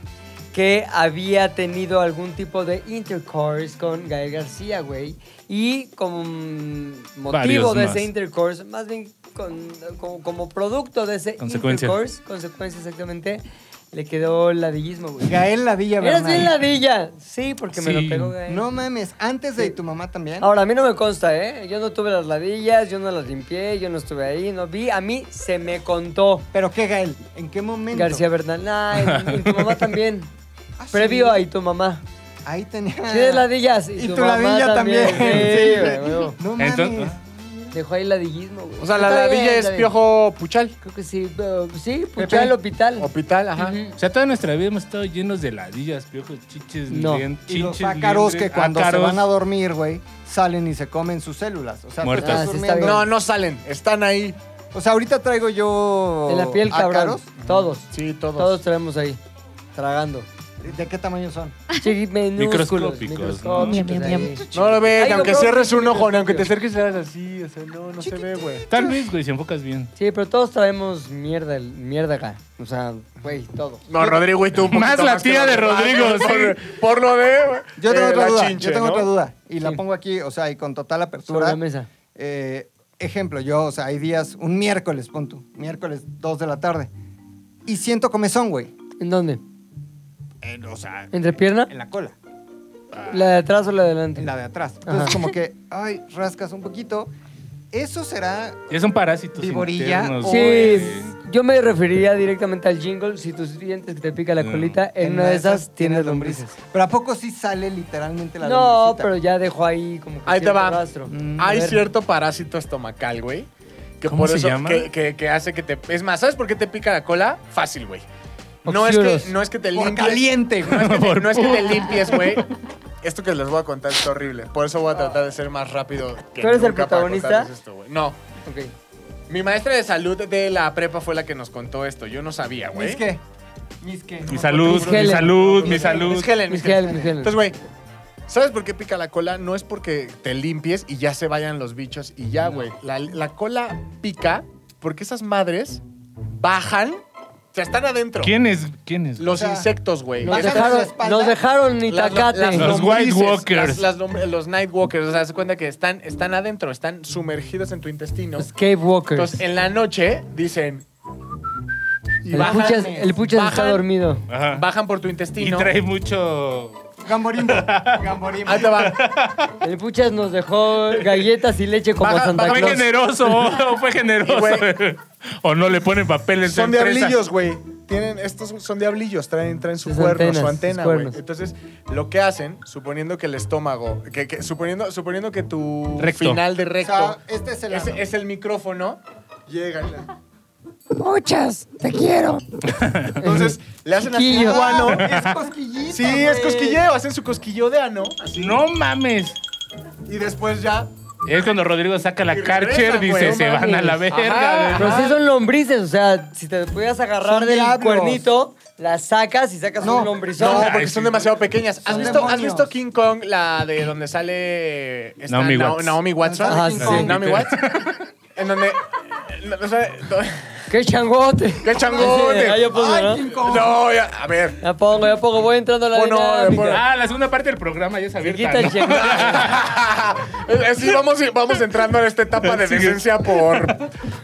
Speaker 1: que había tenido algún tipo de intercourse con Gael García, güey. Y como mm, motivo
Speaker 2: Varios
Speaker 1: de
Speaker 2: más.
Speaker 1: ese intercourse, más bien con- como, como producto de ese
Speaker 2: Consecuencia.
Speaker 1: intercourse, consecuencia exactamente, le quedó el ladillismo, güey.
Speaker 5: Gael Ladilla
Speaker 1: Eras bien
Speaker 5: Bernal.
Speaker 1: ladilla. Sí, porque me
Speaker 2: Sí.
Speaker 1: lo pegó Gael.
Speaker 5: No mames, antes de tu mamá también.
Speaker 1: Ahora, a mí no me consta, ¿eh? Yo no tuve las ladillas, yo no las limpié, yo no estuve ahí, no vi. A mí se me contó
Speaker 5: ¿Pero qué, Gael? ¿En qué momento?
Speaker 1: García Bernal. Nah, y, y tu mamá también.
Speaker 5: Ah, sí.
Speaker 1: Previo a y tu mamá.
Speaker 5: Ahí tenía...
Speaker 1: Sí, de ladillas. Y,
Speaker 5: Y
Speaker 1: tu,
Speaker 5: tu
Speaker 1: mamá
Speaker 5: ladilla también.
Speaker 1: Sí,
Speaker 5: Sí.
Speaker 1: güey, güey.
Speaker 5: No mames.
Speaker 2: Entonces-
Speaker 1: Dejó ahí ladillismo, güey.
Speaker 3: O sea, la
Speaker 1: Está bien,
Speaker 3: ladilla es
Speaker 1: está bien.
Speaker 3: piojo puchal.
Speaker 1: Creo que sí. pero- sí, Puchal, Hospital.
Speaker 3: O pital, ajá.
Speaker 1: Ujú.
Speaker 2: O sea, toda nuestra vida hemos estado llenos de ladillas, piojos, chiches,
Speaker 1: No.
Speaker 2: lien-
Speaker 5: Y los
Speaker 2: chinches,
Speaker 5: ácaros que
Speaker 2: liendres,
Speaker 5: cuando
Speaker 2: ácaros.
Speaker 5: se van a dormir, güey, salen y se comen sus células. O sea, tú
Speaker 2: Muertas.
Speaker 5: estás
Speaker 1: Ah, sí, está bien.
Speaker 5: durmiendo.
Speaker 3: No, no salen. Están ahí.
Speaker 5: O sea, ahorita traigo yo.
Speaker 1: En la piel, cabrón.
Speaker 5: ácaros.
Speaker 1: Todos.
Speaker 3: Sí, todos.
Speaker 1: Todos traemos ahí. Tragando.
Speaker 5: ¿De qué tamaño son?
Speaker 1: Chiqui- minúsculos,
Speaker 2: Microscópicos, ¿no?
Speaker 1: microscópicos
Speaker 6: Miam, miam,
Speaker 1: ahí.
Speaker 3: No lo ves,
Speaker 1: Ay,
Speaker 3: aunque
Speaker 1: cabrón,
Speaker 3: cierres un ojo,
Speaker 1: microscopio.
Speaker 3: aunque te acerques y hagas así, o sea, no, no se ve, güey.
Speaker 2: Tal vez, güey, si enfocas bien.
Speaker 1: Sí, pero todos traemos mierda, mierda acá. O sea, güey, todo.
Speaker 3: No, Rodrigo y tú un
Speaker 2: Más
Speaker 3: poquito
Speaker 2: la
Speaker 3: que
Speaker 2: tía de
Speaker 3: nosotros.
Speaker 2: Rodrigo,
Speaker 3: Ah, por-
Speaker 2: sí.
Speaker 3: Por lo de.
Speaker 5: Yo tengo
Speaker 3: eh,
Speaker 5: otra
Speaker 3: la
Speaker 5: duda.
Speaker 3: chinche,
Speaker 5: yo tengo
Speaker 3: ¿no?
Speaker 5: otra duda. Y la
Speaker 1: Sí.
Speaker 5: pongo aquí, o sea, y con total
Speaker 1: Sobre
Speaker 5: apertura.
Speaker 1: la mesa.
Speaker 5: Eh, ejemplo, yo, o sea, hay días, un miércoles, pon tú, miércoles 2 de la tarde. Y siento comezón, güey.
Speaker 1: ¿En dónde?
Speaker 5: En- o sea,
Speaker 1: ¿Entre pierna?
Speaker 5: en la cola,
Speaker 1: ¿La de atrás o la de adelante?
Speaker 5: en la de atrás. Entonces,
Speaker 1: Ajá.
Speaker 5: como que, ay, rascas un poquito. Eso será.
Speaker 2: Ya son parásitos
Speaker 5: Viborilla
Speaker 2: internos,
Speaker 5: o
Speaker 1: Sí,
Speaker 2: güey.
Speaker 1: yo me referiría directamente al jingle. Si tus dientes que te pica la
Speaker 2: No.
Speaker 1: colita, en, una de esas tienes lombrices.
Speaker 5: Pero ¿a poco sí sale literalmente la
Speaker 1: No,
Speaker 5: lombricita?
Speaker 1: pero ya dejo ahí como que
Speaker 3: Ahí te
Speaker 1: cierto
Speaker 3: va.
Speaker 1: rastro.
Speaker 5: Mm,
Speaker 3: Hay
Speaker 1: A ver.
Speaker 3: cierto parásito estomacal, güey. Que
Speaker 2: ¿Cómo
Speaker 3: por
Speaker 2: se
Speaker 3: eso,
Speaker 2: llama?
Speaker 3: Que, que- que hace que te. Es más, ¿sabes por qué te pica la cola? Fácil, güey. No es,
Speaker 1: Oxiuros.
Speaker 3: que, no es que te
Speaker 5: Por
Speaker 3: limpies.
Speaker 5: caliente, güey.
Speaker 3: No es que te, no es que te limpies, güey. Esto que les voy a contar está horrible. Por eso voy a tratar de ser más rápido. Que
Speaker 1: ¿Tú eres el
Speaker 3: nunca para
Speaker 1: protagonista?
Speaker 3: contarles esto, güey. no.
Speaker 1: Ok.
Speaker 3: Mi maestra de salud de la prepa fue la que nos contó esto. Yo no sabía, güey.
Speaker 5: Mis que. Mis que.
Speaker 2: Mi salud,
Speaker 1: Mis
Speaker 2: mi
Speaker 1: Helen.
Speaker 2: salud, mi
Speaker 3: Mis
Speaker 2: salud.
Speaker 3: Mis Helen,
Speaker 1: Mis
Speaker 3: mis
Speaker 1: geles,
Speaker 3: Helen.
Speaker 1: mis geles.
Speaker 3: Entonces, güey, ¿sabes por qué pica la cola? No es porque te limpies y ya se vayan los bichos y ya, güey. La, la cola pica porque esas madres bajan, o sea, están adentro.
Speaker 2: ¿Quién es? ¿Quién es?
Speaker 3: Los
Speaker 5: O sea,
Speaker 3: insectos, güey.
Speaker 1: Nos
Speaker 5: ¿Bajas
Speaker 3: Esas-
Speaker 5: la
Speaker 1: dejaron,
Speaker 5: espalda?
Speaker 1: nos dejaron ni
Speaker 3: las-
Speaker 1: tacate.
Speaker 3: las
Speaker 2: Los
Speaker 3: lombrices,
Speaker 2: White Walkers.
Speaker 3: las- las lom- los Night Walkers. O sea, se cuenta que están, están adentro, están sumergidos en tu intestino.
Speaker 1: Los Cave Walkers.
Speaker 3: Entonces, en la noche dicen. y
Speaker 1: el,
Speaker 3: bajan-
Speaker 1: puchas, el Puchas está
Speaker 3: bajan-
Speaker 1: dormido.
Speaker 2: Ajá.
Speaker 3: Bajan por tu
Speaker 2: y
Speaker 3: intestino.
Speaker 2: trae mucho.
Speaker 5: Gamborimbo. Gamborimbo.
Speaker 3: Ahí te va.
Speaker 1: El Puchas nos dejó galletas y leche como
Speaker 3: Baja-
Speaker 1: Santa
Speaker 3: baja-
Speaker 2: Fue
Speaker 1: Claus.
Speaker 2: generoso, fue generoso. o no le ponen papel en su
Speaker 3: Son
Speaker 2: empresa.
Speaker 3: diablillos, güey. Tienen, estos son diablillos, traen, traen su
Speaker 1: Sus
Speaker 3: cuerno, su
Speaker 1: antenas,
Speaker 3: antena,
Speaker 1: sus
Speaker 3: güey.
Speaker 1: cuernos.
Speaker 3: Entonces, lo que hacen, suponiendo que el estómago, que, que- suponiendo, suponiendo que tu
Speaker 2: Recto.
Speaker 3: final de
Speaker 5: O
Speaker 3: recto
Speaker 5: sea, este es el.
Speaker 3: es,
Speaker 5: ano.
Speaker 3: es el micrófono, llegan.
Speaker 1: Puchas, te quiero.
Speaker 3: Entonces, le hacen así
Speaker 1: Cosquillo.
Speaker 3: su ano.
Speaker 5: Ah, Es cosquillita.
Speaker 3: Sí, es
Speaker 5: güey.
Speaker 3: cosquilleo, hacen su cosquilleo de ano.
Speaker 2: No mames.
Speaker 3: Y después ya.
Speaker 2: Es cuando Rodrigo saca la
Speaker 3: Y
Speaker 2: Karcher,
Speaker 3: regresan, güey,
Speaker 2: dice,
Speaker 3: no
Speaker 2: se van a la
Speaker 3: mames.
Speaker 2: verga.
Speaker 3: Ajá.
Speaker 2: güey".
Speaker 1: Ah, Pero sí son lombrices, o sea, si te pudieras agarrar
Speaker 5: Son
Speaker 1: del
Speaker 5: diablos.
Speaker 1: cuernito, la sacas y sacas
Speaker 5: No,
Speaker 1: un
Speaker 3: No,
Speaker 1: lombrizón.
Speaker 2: Ay,
Speaker 3: porque
Speaker 2: sí.
Speaker 3: son demasiado pequeñas. ¿Has
Speaker 5: Son
Speaker 3: visto, ¿Has
Speaker 5: demonios.
Speaker 3: visto King Kong, la de donde sale esta
Speaker 2: Naomi
Speaker 3: Na-
Speaker 2: Watts.
Speaker 3: Naomi Watson?
Speaker 1: Ajá, sí.
Speaker 3: Naomi Watts. En donde. o sea,
Speaker 1: ¡Qué changote!
Speaker 3: ¡Qué changote!
Speaker 1: Ah, ya pongo,
Speaker 5: Ay,
Speaker 1: ¿no?
Speaker 5: King Kong.
Speaker 3: No, ya, a ver.
Speaker 1: Ya pongo, ya pongo, voy entrando a la
Speaker 3: Pon orden, pon
Speaker 1: dinámica.
Speaker 2: Ah, la segunda parte del programa ya es
Speaker 1: Se
Speaker 2: abierta.
Speaker 1: quita
Speaker 3: Ah,
Speaker 1: el
Speaker 2: ¿no?
Speaker 1: changote.
Speaker 3: Sí, vamos, vamos entrando en esta etapa de
Speaker 2: Sí.
Speaker 3: decencia por,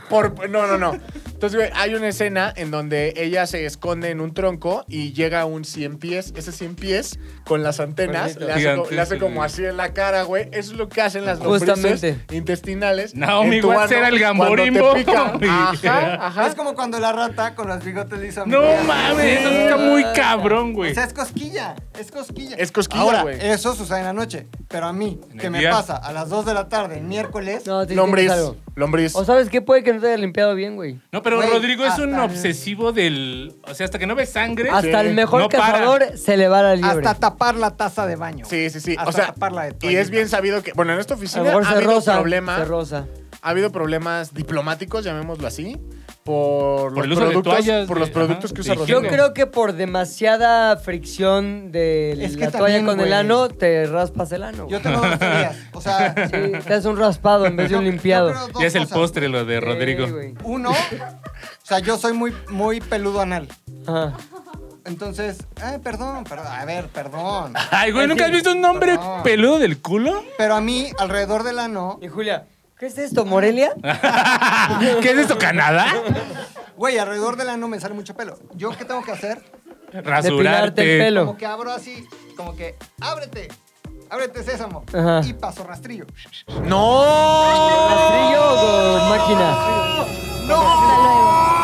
Speaker 3: por. No, no, no. Entonces, güey, hay una escena en donde ella se esconde en un tronco y llega un 100 pies. Ese 100 pies con las antenas
Speaker 1: Bonito.
Speaker 3: le hace, co-
Speaker 2: Gigante,
Speaker 3: le hace como
Speaker 2: güey.
Speaker 3: así en la cara, güey. Eso es lo que hacen las lombrices
Speaker 1: Justamente.
Speaker 3: intestinales.
Speaker 2: Naomi
Speaker 3: en tu
Speaker 2: Watts
Speaker 3: ano
Speaker 2: era el
Speaker 3: cuando te
Speaker 2: gamborimbo.
Speaker 3: pica. Ajá,
Speaker 5: Es
Speaker 3: ajá.
Speaker 5: como cuando la rata con los bigotes le hizo. a mi
Speaker 2: No
Speaker 5: tía.
Speaker 2: mames, eso está muy cabrón, güey.
Speaker 5: O sea, es cosquilla. Es cosquilla.
Speaker 3: Es cosquilla,
Speaker 5: Ahora,
Speaker 3: güey.
Speaker 5: eso sucede en la noche. Pero a mí,
Speaker 2: En
Speaker 5: que
Speaker 2: el
Speaker 5: me
Speaker 2: día.
Speaker 5: pasa a las 2 de la tarde, el miércoles.
Speaker 1: No, te
Speaker 3: Lombriz.
Speaker 1: algo.
Speaker 3: Lombriz.
Speaker 1: O sabes qué puede que no te haya limpiado bien, güey.
Speaker 2: No, pero
Speaker 5: Güey,
Speaker 2: Rodrigo es un
Speaker 5: hasta-
Speaker 2: obsesivo del. O sea, hasta que no ve sangre.
Speaker 1: Hasta el mejor
Speaker 2: No para.
Speaker 1: cazador se le va la liebre.
Speaker 5: Hasta tapar la taza de baño.
Speaker 3: Sí, sí, sí.
Speaker 5: Hasta
Speaker 3: o sea,
Speaker 5: taparla de
Speaker 3: y
Speaker 5: toallita.
Speaker 3: es bien sabido que, bueno, en esta
Speaker 1: a lo
Speaker 3: oficina
Speaker 1: mejor
Speaker 3: ha
Speaker 1: se
Speaker 3: habido
Speaker 1: rosa,
Speaker 3: problemas,
Speaker 1: se rosa.
Speaker 3: ha habido problemas diplomáticos, llamémoslo así, por,
Speaker 2: Por el
Speaker 3: los
Speaker 2: uso de
Speaker 3: productos,
Speaker 2: toallas,
Speaker 3: por
Speaker 2: de-
Speaker 3: los productos
Speaker 2: ajá,
Speaker 3: que
Speaker 2: de
Speaker 3: usa
Speaker 1: Yo
Speaker 2: higiene.
Speaker 3: Rodrigo.
Speaker 1: creo que por demasiada fricción de
Speaker 5: Es que
Speaker 1: la toalla
Speaker 5: también,
Speaker 1: con el
Speaker 5: güey.
Speaker 1: ano, te raspas el ano.
Speaker 5: Yo
Speaker 1: güey.
Speaker 5: tengo dos teorías. O sea,
Speaker 1: Oh. Sí, te haces un raspado en vez de un
Speaker 5: yo- yo
Speaker 1: limpiado.
Speaker 5: creo dos
Speaker 2: Ya es el
Speaker 5: cosas.
Speaker 2: postre lo de Rodrigo.
Speaker 1: Sí, güey.
Speaker 5: Uno, o sea, yo soy muy, muy peludo anal.
Speaker 1: Ajá.
Speaker 5: Entonces, ay, perdón, perdón, a ver, perdón.
Speaker 2: Ay, güey, ¿nunca has visto un hombre
Speaker 5: Perdón.
Speaker 2: peludo del culo?
Speaker 5: Pero a mí, alrededor del ano,
Speaker 1: Y Julia, ¿qué es esto, Morelia?
Speaker 2: ¿Qué es esto, Canadá?
Speaker 5: güey, alrededor del ano me sale mucho pelo. ¿Yo qué tengo que hacer?
Speaker 2: Rasurarte.
Speaker 1: Depilarte el pelo.
Speaker 5: Como que abro así, como que, ábrete, ábrete, sésamo.
Speaker 1: Ajá.
Speaker 5: Y paso rastrillo.
Speaker 1: ¿Rastrillo o máquina?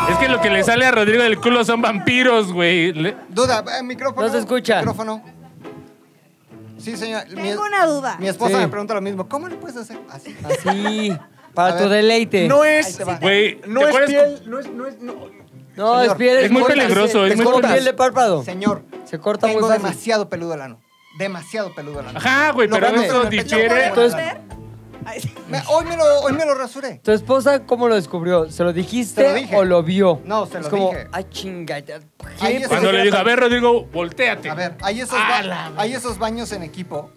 Speaker 2: Es que lo que le sale a Rodrigo del culo son vampiros, güey. Le-
Speaker 5: Duda, eh, micrófono.
Speaker 1: No se escucha.
Speaker 5: Micrófono. Sí, señora. Mi,
Speaker 7: Tengo una duda.
Speaker 5: mi esposa
Speaker 1: Sí.
Speaker 5: me pregunta lo mismo. ¿Cómo le puedes hacer? Así.
Speaker 1: Así, para
Speaker 5: A
Speaker 1: tu
Speaker 5: ver.
Speaker 1: deleite.
Speaker 3: No
Speaker 5: Ahí
Speaker 3: es,
Speaker 5: te va.
Speaker 2: Güey,
Speaker 3: no
Speaker 2: ¿te
Speaker 3: es
Speaker 2: acuerdas?
Speaker 3: piel, no es, no es, no.
Speaker 1: No, es
Speaker 5: Señor,
Speaker 1: piel.
Speaker 2: es muy
Speaker 1: corta,
Speaker 2: peligroso,
Speaker 1: se-
Speaker 2: es muy
Speaker 1: corta
Speaker 5: peligroso.
Speaker 1: piel de párpado.
Speaker 5: Señor,
Speaker 1: Se corta muy
Speaker 5: tengo
Speaker 1: fácil.
Speaker 5: demasiado peludo el ano. Demasiado peludo el ano.
Speaker 2: Ajá, güey,
Speaker 5: Lo
Speaker 2: pero
Speaker 5: vemos
Speaker 2: eso
Speaker 5: en el pecho,
Speaker 2: difiere.
Speaker 5: güey.
Speaker 1: Entonces,
Speaker 7: Ay, sí.
Speaker 5: Me- hoy, me lo, hoy me lo rasuré.
Speaker 1: ¿Tu esposa cómo lo descubrió? ¿Se lo dijiste
Speaker 5: Se lo dije.
Speaker 1: o lo vio?
Speaker 5: No, se
Speaker 1: es
Speaker 5: lo
Speaker 1: como,
Speaker 5: dije.
Speaker 1: ah, chinga. ya-
Speaker 5: Ahí es-
Speaker 2: Cuando le dijo, a ver, Rodrigo, volteate.
Speaker 5: A ver, hay esos,
Speaker 2: Ah,
Speaker 5: ba-
Speaker 2: la-
Speaker 5: hay esos baños en equipo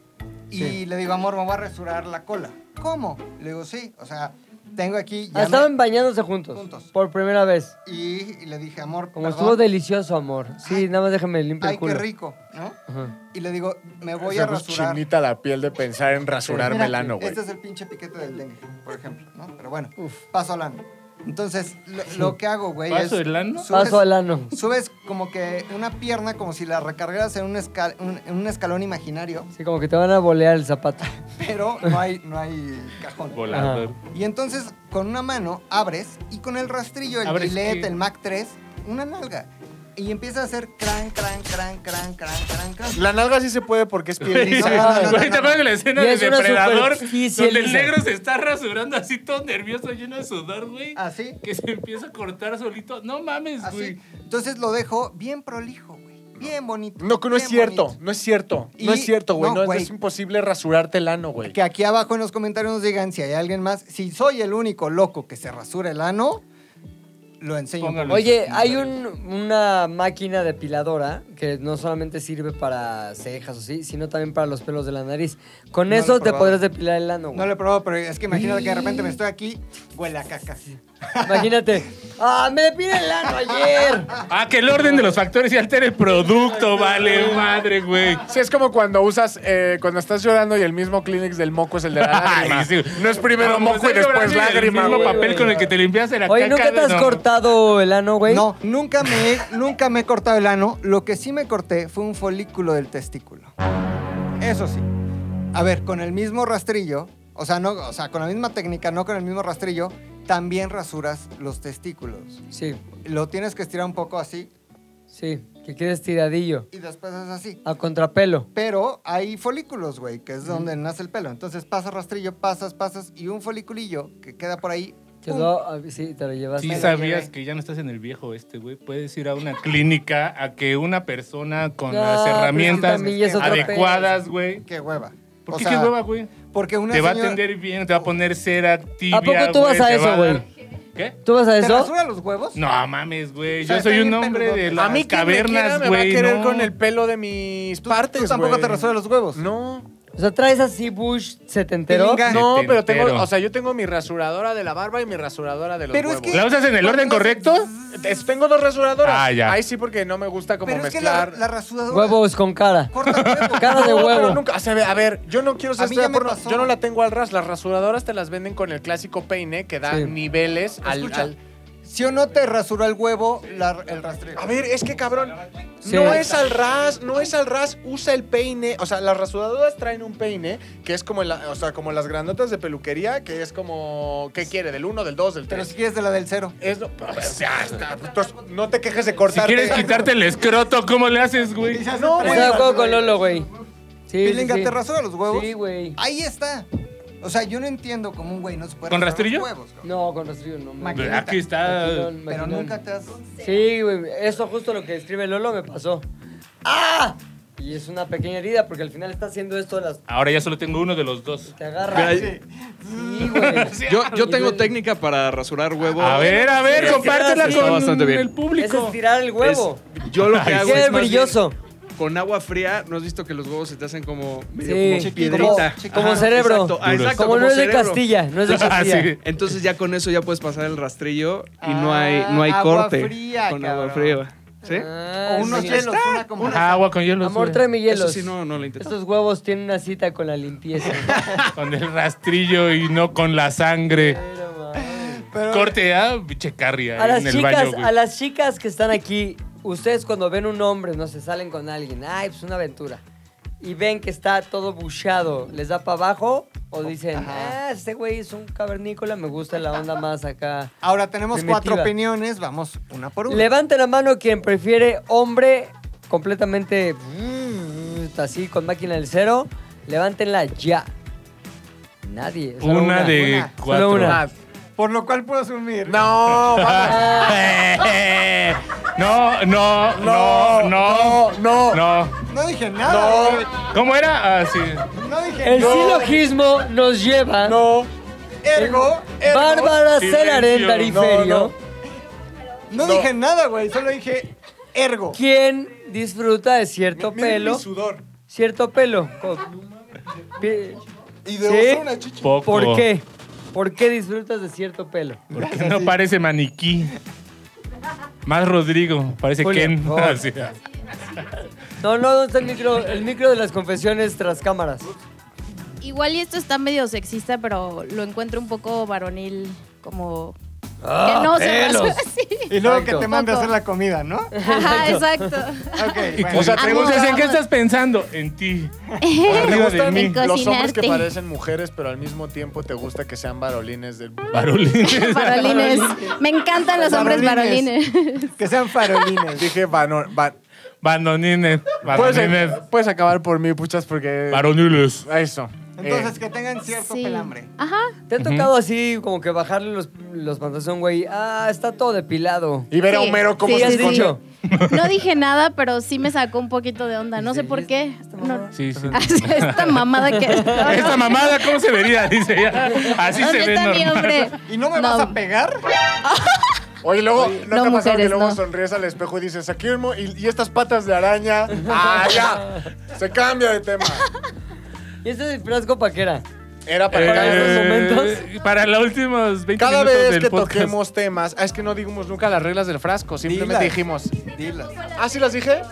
Speaker 5: y le digo, amor, me voy a rasurar la cola. ¿Cómo? Le digo, sí, o sea, tengo aquí...
Speaker 1: Ah,
Speaker 5: ya me-
Speaker 1: estaban bañándose juntos,
Speaker 5: Juntos.
Speaker 1: Por primera vez.
Speaker 5: y, y le dije, amor,
Speaker 1: Como
Speaker 5: perdón,
Speaker 1: estuvo delicioso, amor. Sí,
Speaker 5: Ay.
Speaker 1: nada más déjame limpiar
Speaker 5: ay,
Speaker 1: el culo.
Speaker 5: qué rico, ¿no?
Speaker 1: Ajá.
Speaker 5: Y le digo, me voy
Speaker 3: Se
Speaker 5: a
Speaker 3: me puso
Speaker 5: rasurar.
Speaker 3: chinita la piel de pensar en rasurarme
Speaker 5: Mira,
Speaker 3: el ano, güey.
Speaker 5: Este es el pinche piquete del dengue, por ejemplo, ¿no? Pero bueno, paso al ano. Entonces, lo, lo que hago, güey,
Speaker 2: ¿Paso
Speaker 5: es...
Speaker 2: el ano?
Speaker 5: subes-
Speaker 1: Paso al ano.
Speaker 5: Subes como que una pierna como si la recargaras en un, escal- un- en un escalón imaginario,
Speaker 1: Sí, como que te van a bolear el zapato.
Speaker 5: pero no hay, no hay cajón.
Speaker 2: Volador.
Speaker 5: Y entonces con una mano abres y con el rastrillo, el
Speaker 2: ¿Abres
Speaker 5: Gillette,
Speaker 2: qué?
Speaker 5: el Mac 3, una nalga. Y empieza a hacer cran, cran, cran, cran, cran, cran, cran.
Speaker 3: La nalga sí se puede porque es piel
Speaker 2: Güey,
Speaker 5: no,
Speaker 2: ¿te
Speaker 5: no, no, no, no.
Speaker 2: acuerdas de la escena
Speaker 1: Y
Speaker 2: de
Speaker 1: es una
Speaker 2: Depredador?
Speaker 1: superficie
Speaker 2: Donde el
Speaker 1: lisa.
Speaker 2: negro se está rasurando así todo nervioso, lleno de sudor, güey.
Speaker 5: Así,
Speaker 2: Que se empieza a cortar solito. No mames, güey.
Speaker 5: así. Entonces lo dejo bien prolijo, güey. Bien bonito.
Speaker 3: No, que no es
Speaker 5: bien
Speaker 3: cierto,
Speaker 5: bonito.
Speaker 3: no es cierto.
Speaker 5: Y-
Speaker 3: no es cierto, güey.
Speaker 5: no,
Speaker 3: No, es-
Speaker 5: güey.
Speaker 3: es imposible rasurarte el ano, güey.
Speaker 5: Que aquí abajo en los comentarios nos digan si hay alguien más. Si soy el único loco que se rasura el ano, lo enseño.
Speaker 2: Póngalo.
Speaker 1: Oye, hay un- una máquina depiladora que no solamente sirve para cejas o sí, sino también para los pelos de la nariz. Con
Speaker 5: No lo he
Speaker 1: eso te
Speaker 5: probado.
Speaker 1: podrás depilar el ano, güey.
Speaker 5: No lo he probado, pero es que imagínate que de repente me estoy aquí, huele a caca.
Speaker 1: Imagínate. ¡Ah, me depilé el ano ayer!
Speaker 2: Ah, que el orden de los factores y altera el producto, vale, madre, güey.
Speaker 3: Sí, es como cuando usas, eh, cuando estás llorando y el mismo Kleenex del moco es el de la lágrima.
Speaker 2: Ay, sí.
Speaker 3: No es primero
Speaker 2: Como
Speaker 3: moco y
Speaker 2: Sergio
Speaker 3: después
Speaker 2: Brasil,
Speaker 3: lágrima,
Speaker 2: El mismo
Speaker 3: güey.
Speaker 2: papel con el que te limpiaste la
Speaker 1: Oye,
Speaker 2: caca.
Speaker 1: ¿nunca te has
Speaker 2: no.
Speaker 1: cortado el ano, güey?
Speaker 5: No, nunca me, he, nunca me he cortado el ano. Lo que sí me corté fue un folículo del testículo. Eso sí. A ver, con el mismo rastrillo, o sea, no, o sea, con la misma técnica, no con el mismo rastrillo, también rasuras los testículos.
Speaker 1: Sí,
Speaker 5: Lo tienes que estirar un poco así
Speaker 1: sí. Que quedes tiradillo.
Speaker 5: y después es así.
Speaker 1: A contrapelo.
Speaker 5: Pero hay folículos, güey, que es donde nace el pelo. Entonces pasas rastrillo, pasas, pasas y un foliculillo que queda por ahí. ¡pum!
Speaker 1: Quedó. ah, Sí, te lo llevaste.
Speaker 2: Sí
Speaker 5: Hasta la
Speaker 2: sabías
Speaker 5: llevé.
Speaker 2: que ya no estás en el viejo este, güey. Puedes ir a una clínica a que una persona con
Speaker 1: No,
Speaker 2: las
Speaker 1: pero
Speaker 2: herramientas
Speaker 1: también ya es otro
Speaker 2: adecuadas, güey.
Speaker 5: ¡Qué hueva!
Speaker 2: ¿Por
Speaker 5: O
Speaker 2: qué
Speaker 5: sea,
Speaker 2: qué hueva, güey?
Speaker 5: Porque una
Speaker 2: Te va a
Speaker 5: señora-
Speaker 2: atender bien, te va a poner cera tibia,
Speaker 1: ¿A poco tú vas
Speaker 2: güey,
Speaker 1: a
Speaker 2: te
Speaker 1: eso,
Speaker 2: va dar- ¿Qué?
Speaker 1: ¿Tú vas a
Speaker 5: ¿Te
Speaker 1: eso?
Speaker 5: rasura los huevos?
Speaker 2: No mames, güey.
Speaker 5: O
Speaker 2: Yo
Speaker 5: sea,
Speaker 2: soy
Speaker 5: está
Speaker 2: un
Speaker 5: bien
Speaker 2: hombre
Speaker 5: peludote.
Speaker 2: de
Speaker 3: A
Speaker 2: las
Speaker 3: mí quien me quiera
Speaker 2: cavernas,
Speaker 3: me va a
Speaker 2: güey.
Speaker 3: querer
Speaker 2: no.
Speaker 3: con el pelo de mis
Speaker 5: Tú-
Speaker 3: partes,
Speaker 5: tú tampoco
Speaker 3: güey.
Speaker 5: te rasuras los huevos.
Speaker 3: No.
Speaker 1: O sea, traes así Bush setentero.
Speaker 5: Pilinga.
Speaker 3: No, pero tengo,
Speaker 2: Setentero.
Speaker 3: o sea, yo tengo mi rasuradora de la barba y mi rasuradora de los
Speaker 5: Pero es
Speaker 3: huevos.
Speaker 5: que-
Speaker 2: ¿La usas en el orden correcto?
Speaker 3: Es- tengo dos rasuradoras.
Speaker 2: Ah, ya.
Speaker 3: Ahí sí porque no me gusta como
Speaker 5: Pero es que la,
Speaker 3: mezclar.
Speaker 5: la rasuradora.
Speaker 1: Huevos con cara.
Speaker 5: Corta el huevo.
Speaker 1: Cara de
Speaker 3: No,
Speaker 1: huevo.
Speaker 3: pero nunca- o sea, a ver, yo no quiero ser
Speaker 5: A mí
Speaker 3: estrella
Speaker 5: ya me
Speaker 3: porno,
Speaker 5: pasó.
Speaker 3: Yo no la tengo al ras. Las rasuradoras te las venden con el clásico peine que da
Speaker 1: Sí.
Speaker 3: niveles al,
Speaker 5: Escucha.
Speaker 3: al-
Speaker 5: Si o no te rasuró el huevo, la- el rastreo.
Speaker 3: A ver, es que cabrón.
Speaker 1: Sí.
Speaker 3: No es al ras, no es al ras, usa el peine. O sea, las rasuradoras traen un peine que es como, la- o sea, como las granotas de peluquería, que es como. ¿Qué quiere? ¿Del 1, del 2, del
Speaker 5: Pero si
Speaker 3: 3?
Speaker 5: quieres de la del cero.
Speaker 3: Es lo- o sea, está- entonces, no te quejes de
Speaker 2: Si
Speaker 3: cortarte.
Speaker 2: quieres quitarte el escroto, ¿cómo le haces, güey?
Speaker 3: No,
Speaker 1: Estoy de acuerdo con Lolo, güey. Sí, sí,
Speaker 5: Pilinga,
Speaker 1: sí.
Speaker 5: ¿te rasura los huevos?
Speaker 1: Sí, güey.
Speaker 5: Ahí está. O sea, yo no entiendo cómo un güey no se puede
Speaker 2: ¿Con
Speaker 5: rasurar
Speaker 2: rastrillo?
Speaker 5: los huevos. cabrón.
Speaker 1: No, con rastrillo no. me-
Speaker 5: Maquinita.
Speaker 2: Aquí está.
Speaker 1: Maquinón,
Speaker 5: Pero
Speaker 1: maquinón.
Speaker 5: nunca te has.
Speaker 1: Sí, güey. Eso justo lo que escribe Lolo me pasó. ¡Ah! Y es una pequeña herida porque al final está haciendo esto de las...
Speaker 2: Ahora ya solo tengo uno de los dos.
Speaker 1: Te agarra.
Speaker 3: Sí.
Speaker 1: Sí, güey.
Speaker 7: Yo, yo tengo técnica para rasurar huevo.
Speaker 2: A ver, a
Speaker 1: Sí,
Speaker 2: ver,
Speaker 1: sí,
Speaker 2: compártela
Speaker 1: sí.
Speaker 2: con
Speaker 7: Está bastante bien.
Speaker 2: el
Speaker 1: Es
Speaker 2: público.
Speaker 1: estirar el huevo.
Speaker 7: Es- yo lo que
Speaker 2: Ay,
Speaker 7: hago
Speaker 1: Queda
Speaker 7: es más
Speaker 1: brilloso.
Speaker 7: bien, con agua fría, ¿no has visto que los huevos se te hacen como medio
Speaker 1: Sí,
Speaker 7: como
Speaker 1: chiquito,
Speaker 7: piedrita?
Speaker 1: como- como cerebro.
Speaker 7: Exacto, ah,
Speaker 2: Duros.
Speaker 7: exacto,
Speaker 1: Como no es de
Speaker 7: cerebro.
Speaker 1: Castilla, no es de
Speaker 2: Ah,
Speaker 1: Castilla.
Speaker 2: sí.
Speaker 7: Entonces ya con eso ya puedes pasar el rastrillo y no
Speaker 5: Ah,
Speaker 7: hay no hay
Speaker 5: agua
Speaker 7: corte
Speaker 5: fría,
Speaker 7: con agua
Speaker 5: cabrón.
Speaker 7: fría, ¿sí?
Speaker 1: Ah,
Speaker 5: O unos
Speaker 1: sí.
Speaker 5: hielos, una como...
Speaker 2: Agua con hielo.
Speaker 1: Amor,
Speaker 2: sí.
Speaker 1: tráeme hielos.
Speaker 7: Eso sí no no lo intento.
Speaker 1: Estos huevos tienen una cita con la limpieza.
Speaker 2: Con el rastrillo y no con la sangre.
Speaker 1: Pero, madre.
Speaker 5: Pero-
Speaker 2: Corte a pinche carria
Speaker 1: a las
Speaker 2: en el
Speaker 1: chicas,
Speaker 2: baño, güey.
Speaker 1: a las chicas que están aquí, ustedes cuando ven un hombre, no se salen con alguien, ay, pues una aventura. Y ven que está todo buchado, ¿les da para abajo? O dicen, ah, este güey es un cavernícola, me gusta la onda más acá.
Speaker 5: Ahora tenemos cuatro
Speaker 1: Primitiva.
Speaker 5: opiniones, vamos una por una.
Speaker 1: Levante la mano quien prefiere hombre completamente mm, así con máquina del cero. Levántenla ya. Nadie. solo
Speaker 2: Una, de
Speaker 5: una.
Speaker 2: cuatro.
Speaker 1: Solo una.
Speaker 5: Por lo cual puedo asumir.
Speaker 3: No, vamos.
Speaker 2: No, no, no, no,
Speaker 3: no,
Speaker 2: no.
Speaker 5: No dije nada. güey.
Speaker 2: ¿Cómo era? Ah, sí.
Speaker 5: No, dije
Speaker 1: El
Speaker 5: no.
Speaker 1: silogismo nos lleva.
Speaker 5: No. Ergo. ergo.
Speaker 1: Bárbara
Speaker 2: Silencio.
Speaker 1: Celarén
Speaker 2: No,
Speaker 1: Tariferio,
Speaker 3: no.
Speaker 5: No, dije nada, güey. Solo dije ergo.
Speaker 1: quien disfruta de cierto
Speaker 3: Mi- miren
Speaker 1: pelo.
Speaker 3: mi sudor.
Speaker 1: Cierto pelo. Co- Pi-
Speaker 3: Y de
Speaker 1: ¿Sí?
Speaker 3: oso una chichi.
Speaker 2: Poco.
Speaker 1: ¿Por qué? ¿Por qué disfrutas de cierto pelo?
Speaker 2: Porque no parece maniquí. Más Rodrigo, parece
Speaker 1: Julio,
Speaker 2: Ken. Ah,
Speaker 1: por favor.
Speaker 2: Así.
Speaker 1: No, no, ¿dónde está el micro? El micro de las confesiones tras cámaras.
Speaker 6: Igual y esto está medio sexista, pero lo encuentro un poco varonil, como...
Speaker 1: Ah,
Speaker 6: que no
Speaker 1: pelos.
Speaker 6: se rasura así.
Speaker 5: Y luego
Speaker 1: Exacto.
Speaker 5: que te mande a hacer la comida, ¿no?
Speaker 6: Ajá, exacto.
Speaker 5: Ok,
Speaker 2: Y
Speaker 5: bueno.
Speaker 2: o sea, preguntas,
Speaker 6: Amor.
Speaker 2: ¿en qué estás pensando? En ti.
Speaker 3: ¿Te
Speaker 2: Arriba de
Speaker 3: gustan
Speaker 2: mí.
Speaker 3: los hombres que
Speaker 6: Cocinarte.
Speaker 3: parecen mujeres, pero al mismo tiempo te gusta que sean varolines del...
Speaker 2: Varolines.
Speaker 6: Varolines. Me encantan los hombres
Speaker 5: Varolines.
Speaker 6: varolines.
Speaker 5: que sean farolines.
Speaker 3: Dije vano- va-
Speaker 2: Bandonines. Bandonines.
Speaker 3: Puedes, puedes acabar por mí, puchas, porque...
Speaker 2: Varoniles.
Speaker 3: Eso.
Speaker 5: Entonces,
Speaker 3: Eh,
Speaker 5: que tengan cierto
Speaker 6: Sí.
Speaker 5: pelambre.
Speaker 6: Ajá.
Speaker 1: ¿Te ha tocado así como que bajarle los, los pantalones, a un güey? Ah, está todo depilado.
Speaker 3: y ver a
Speaker 6: Sí,
Speaker 3: Homero cómo
Speaker 6: sí,
Speaker 1: ¿Qué
Speaker 3: se
Speaker 1: has
Speaker 6: sí, sí.
Speaker 3: esconde.
Speaker 1: dicho?
Speaker 6: No dije nada, pero sí me sacó un poquito de onda. No sé por qué. No.
Speaker 2: Sí, sí.
Speaker 6: Ah. Esta mamada que.
Speaker 2: Esta mamada, ¿cómo se vería? Dice ella. Así se
Speaker 6: ¿Dónde
Speaker 2: ve
Speaker 6: está mi hombre?
Speaker 2: normal.
Speaker 5: ¿Y no me vas a pegar?
Speaker 3: Oye, luego, ¿no,
Speaker 6: no,
Speaker 3: te ha pasado que
Speaker 6: mujeres,
Speaker 3: luego
Speaker 6: no.
Speaker 3: sonríes al espejo y dices, aquí el mo- y, y estas patas de araña? ¡Ah, ya! Se cambia de tema.
Speaker 1: ¿Y este es el frasco paquera?
Speaker 3: Era para...
Speaker 1: Para
Speaker 3: cada-
Speaker 1: esos momentos.
Speaker 2: Eh, para los últimos 20
Speaker 3: Cada
Speaker 2: minutos
Speaker 3: vez
Speaker 2: del
Speaker 3: que
Speaker 2: podcast.
Speaker 3: toquemos temas, ah, es que no dijimos nunca las reglas del frasco, simplemente
Speaker 5: Dilas.
Speaker 3: dijimos.
Speaker 5: Dilas.
Speaker 3: ¿Ah, sí las dije?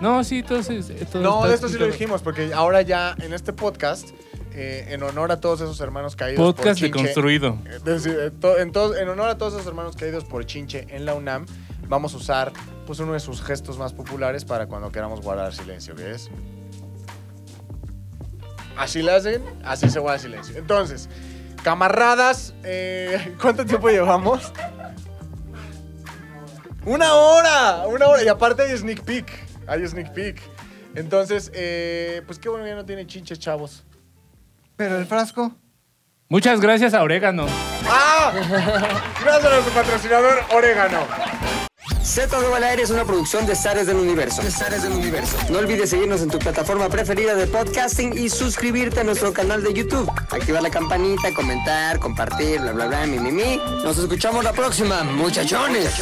Speaker 2: No, sí, entonces. eh, entonces-
Speaker 3: No, de esto sí lo
Speaker 2: entonces-
Speaker 3: dijimos, porque ahora ya en este podcast, eh, en honor a todos esos hermanos caídos
Speaker 2: Podcast
Speaker 3: por Chinche,
Speaker 2: deconstruido.
Speaker 3: eh, es decir, eh, to- en, todos- en honor a todos esos hermanos caídos por Chinche en la UNAM, vamos a usar pues uno de sus gestos más populares para cuando queramos guardar silencio, que es... Así le hacen, así se guarda silencio. Entonces, camarradas, eh, ¿cuánto tiempo llevamos? Una hora, una hora. Y aparte hay sneak peek. Hay sneak peek. Entonces, eh, pues qué bueno que ya no tiene chinches, chavos.
Speaker 5: Pero el frasco.
Speaker 2: Muchas gracias a Orégano.
Speaker 3: ¡Ah! Gracias a nuestro patrocinador Orégano.
Speaker 8: Z2 al aire es una producción de Zares del Universo. De Zares del Universo. No olvides seguirnos en tu plataforma preferida de podcasting y suscribirte a nuestro canal de YouTube. Activar la campanita, comentar, compartir, bla, bla, bla, mi, mi, mi. Nos escuchamos la próxima, muchachones.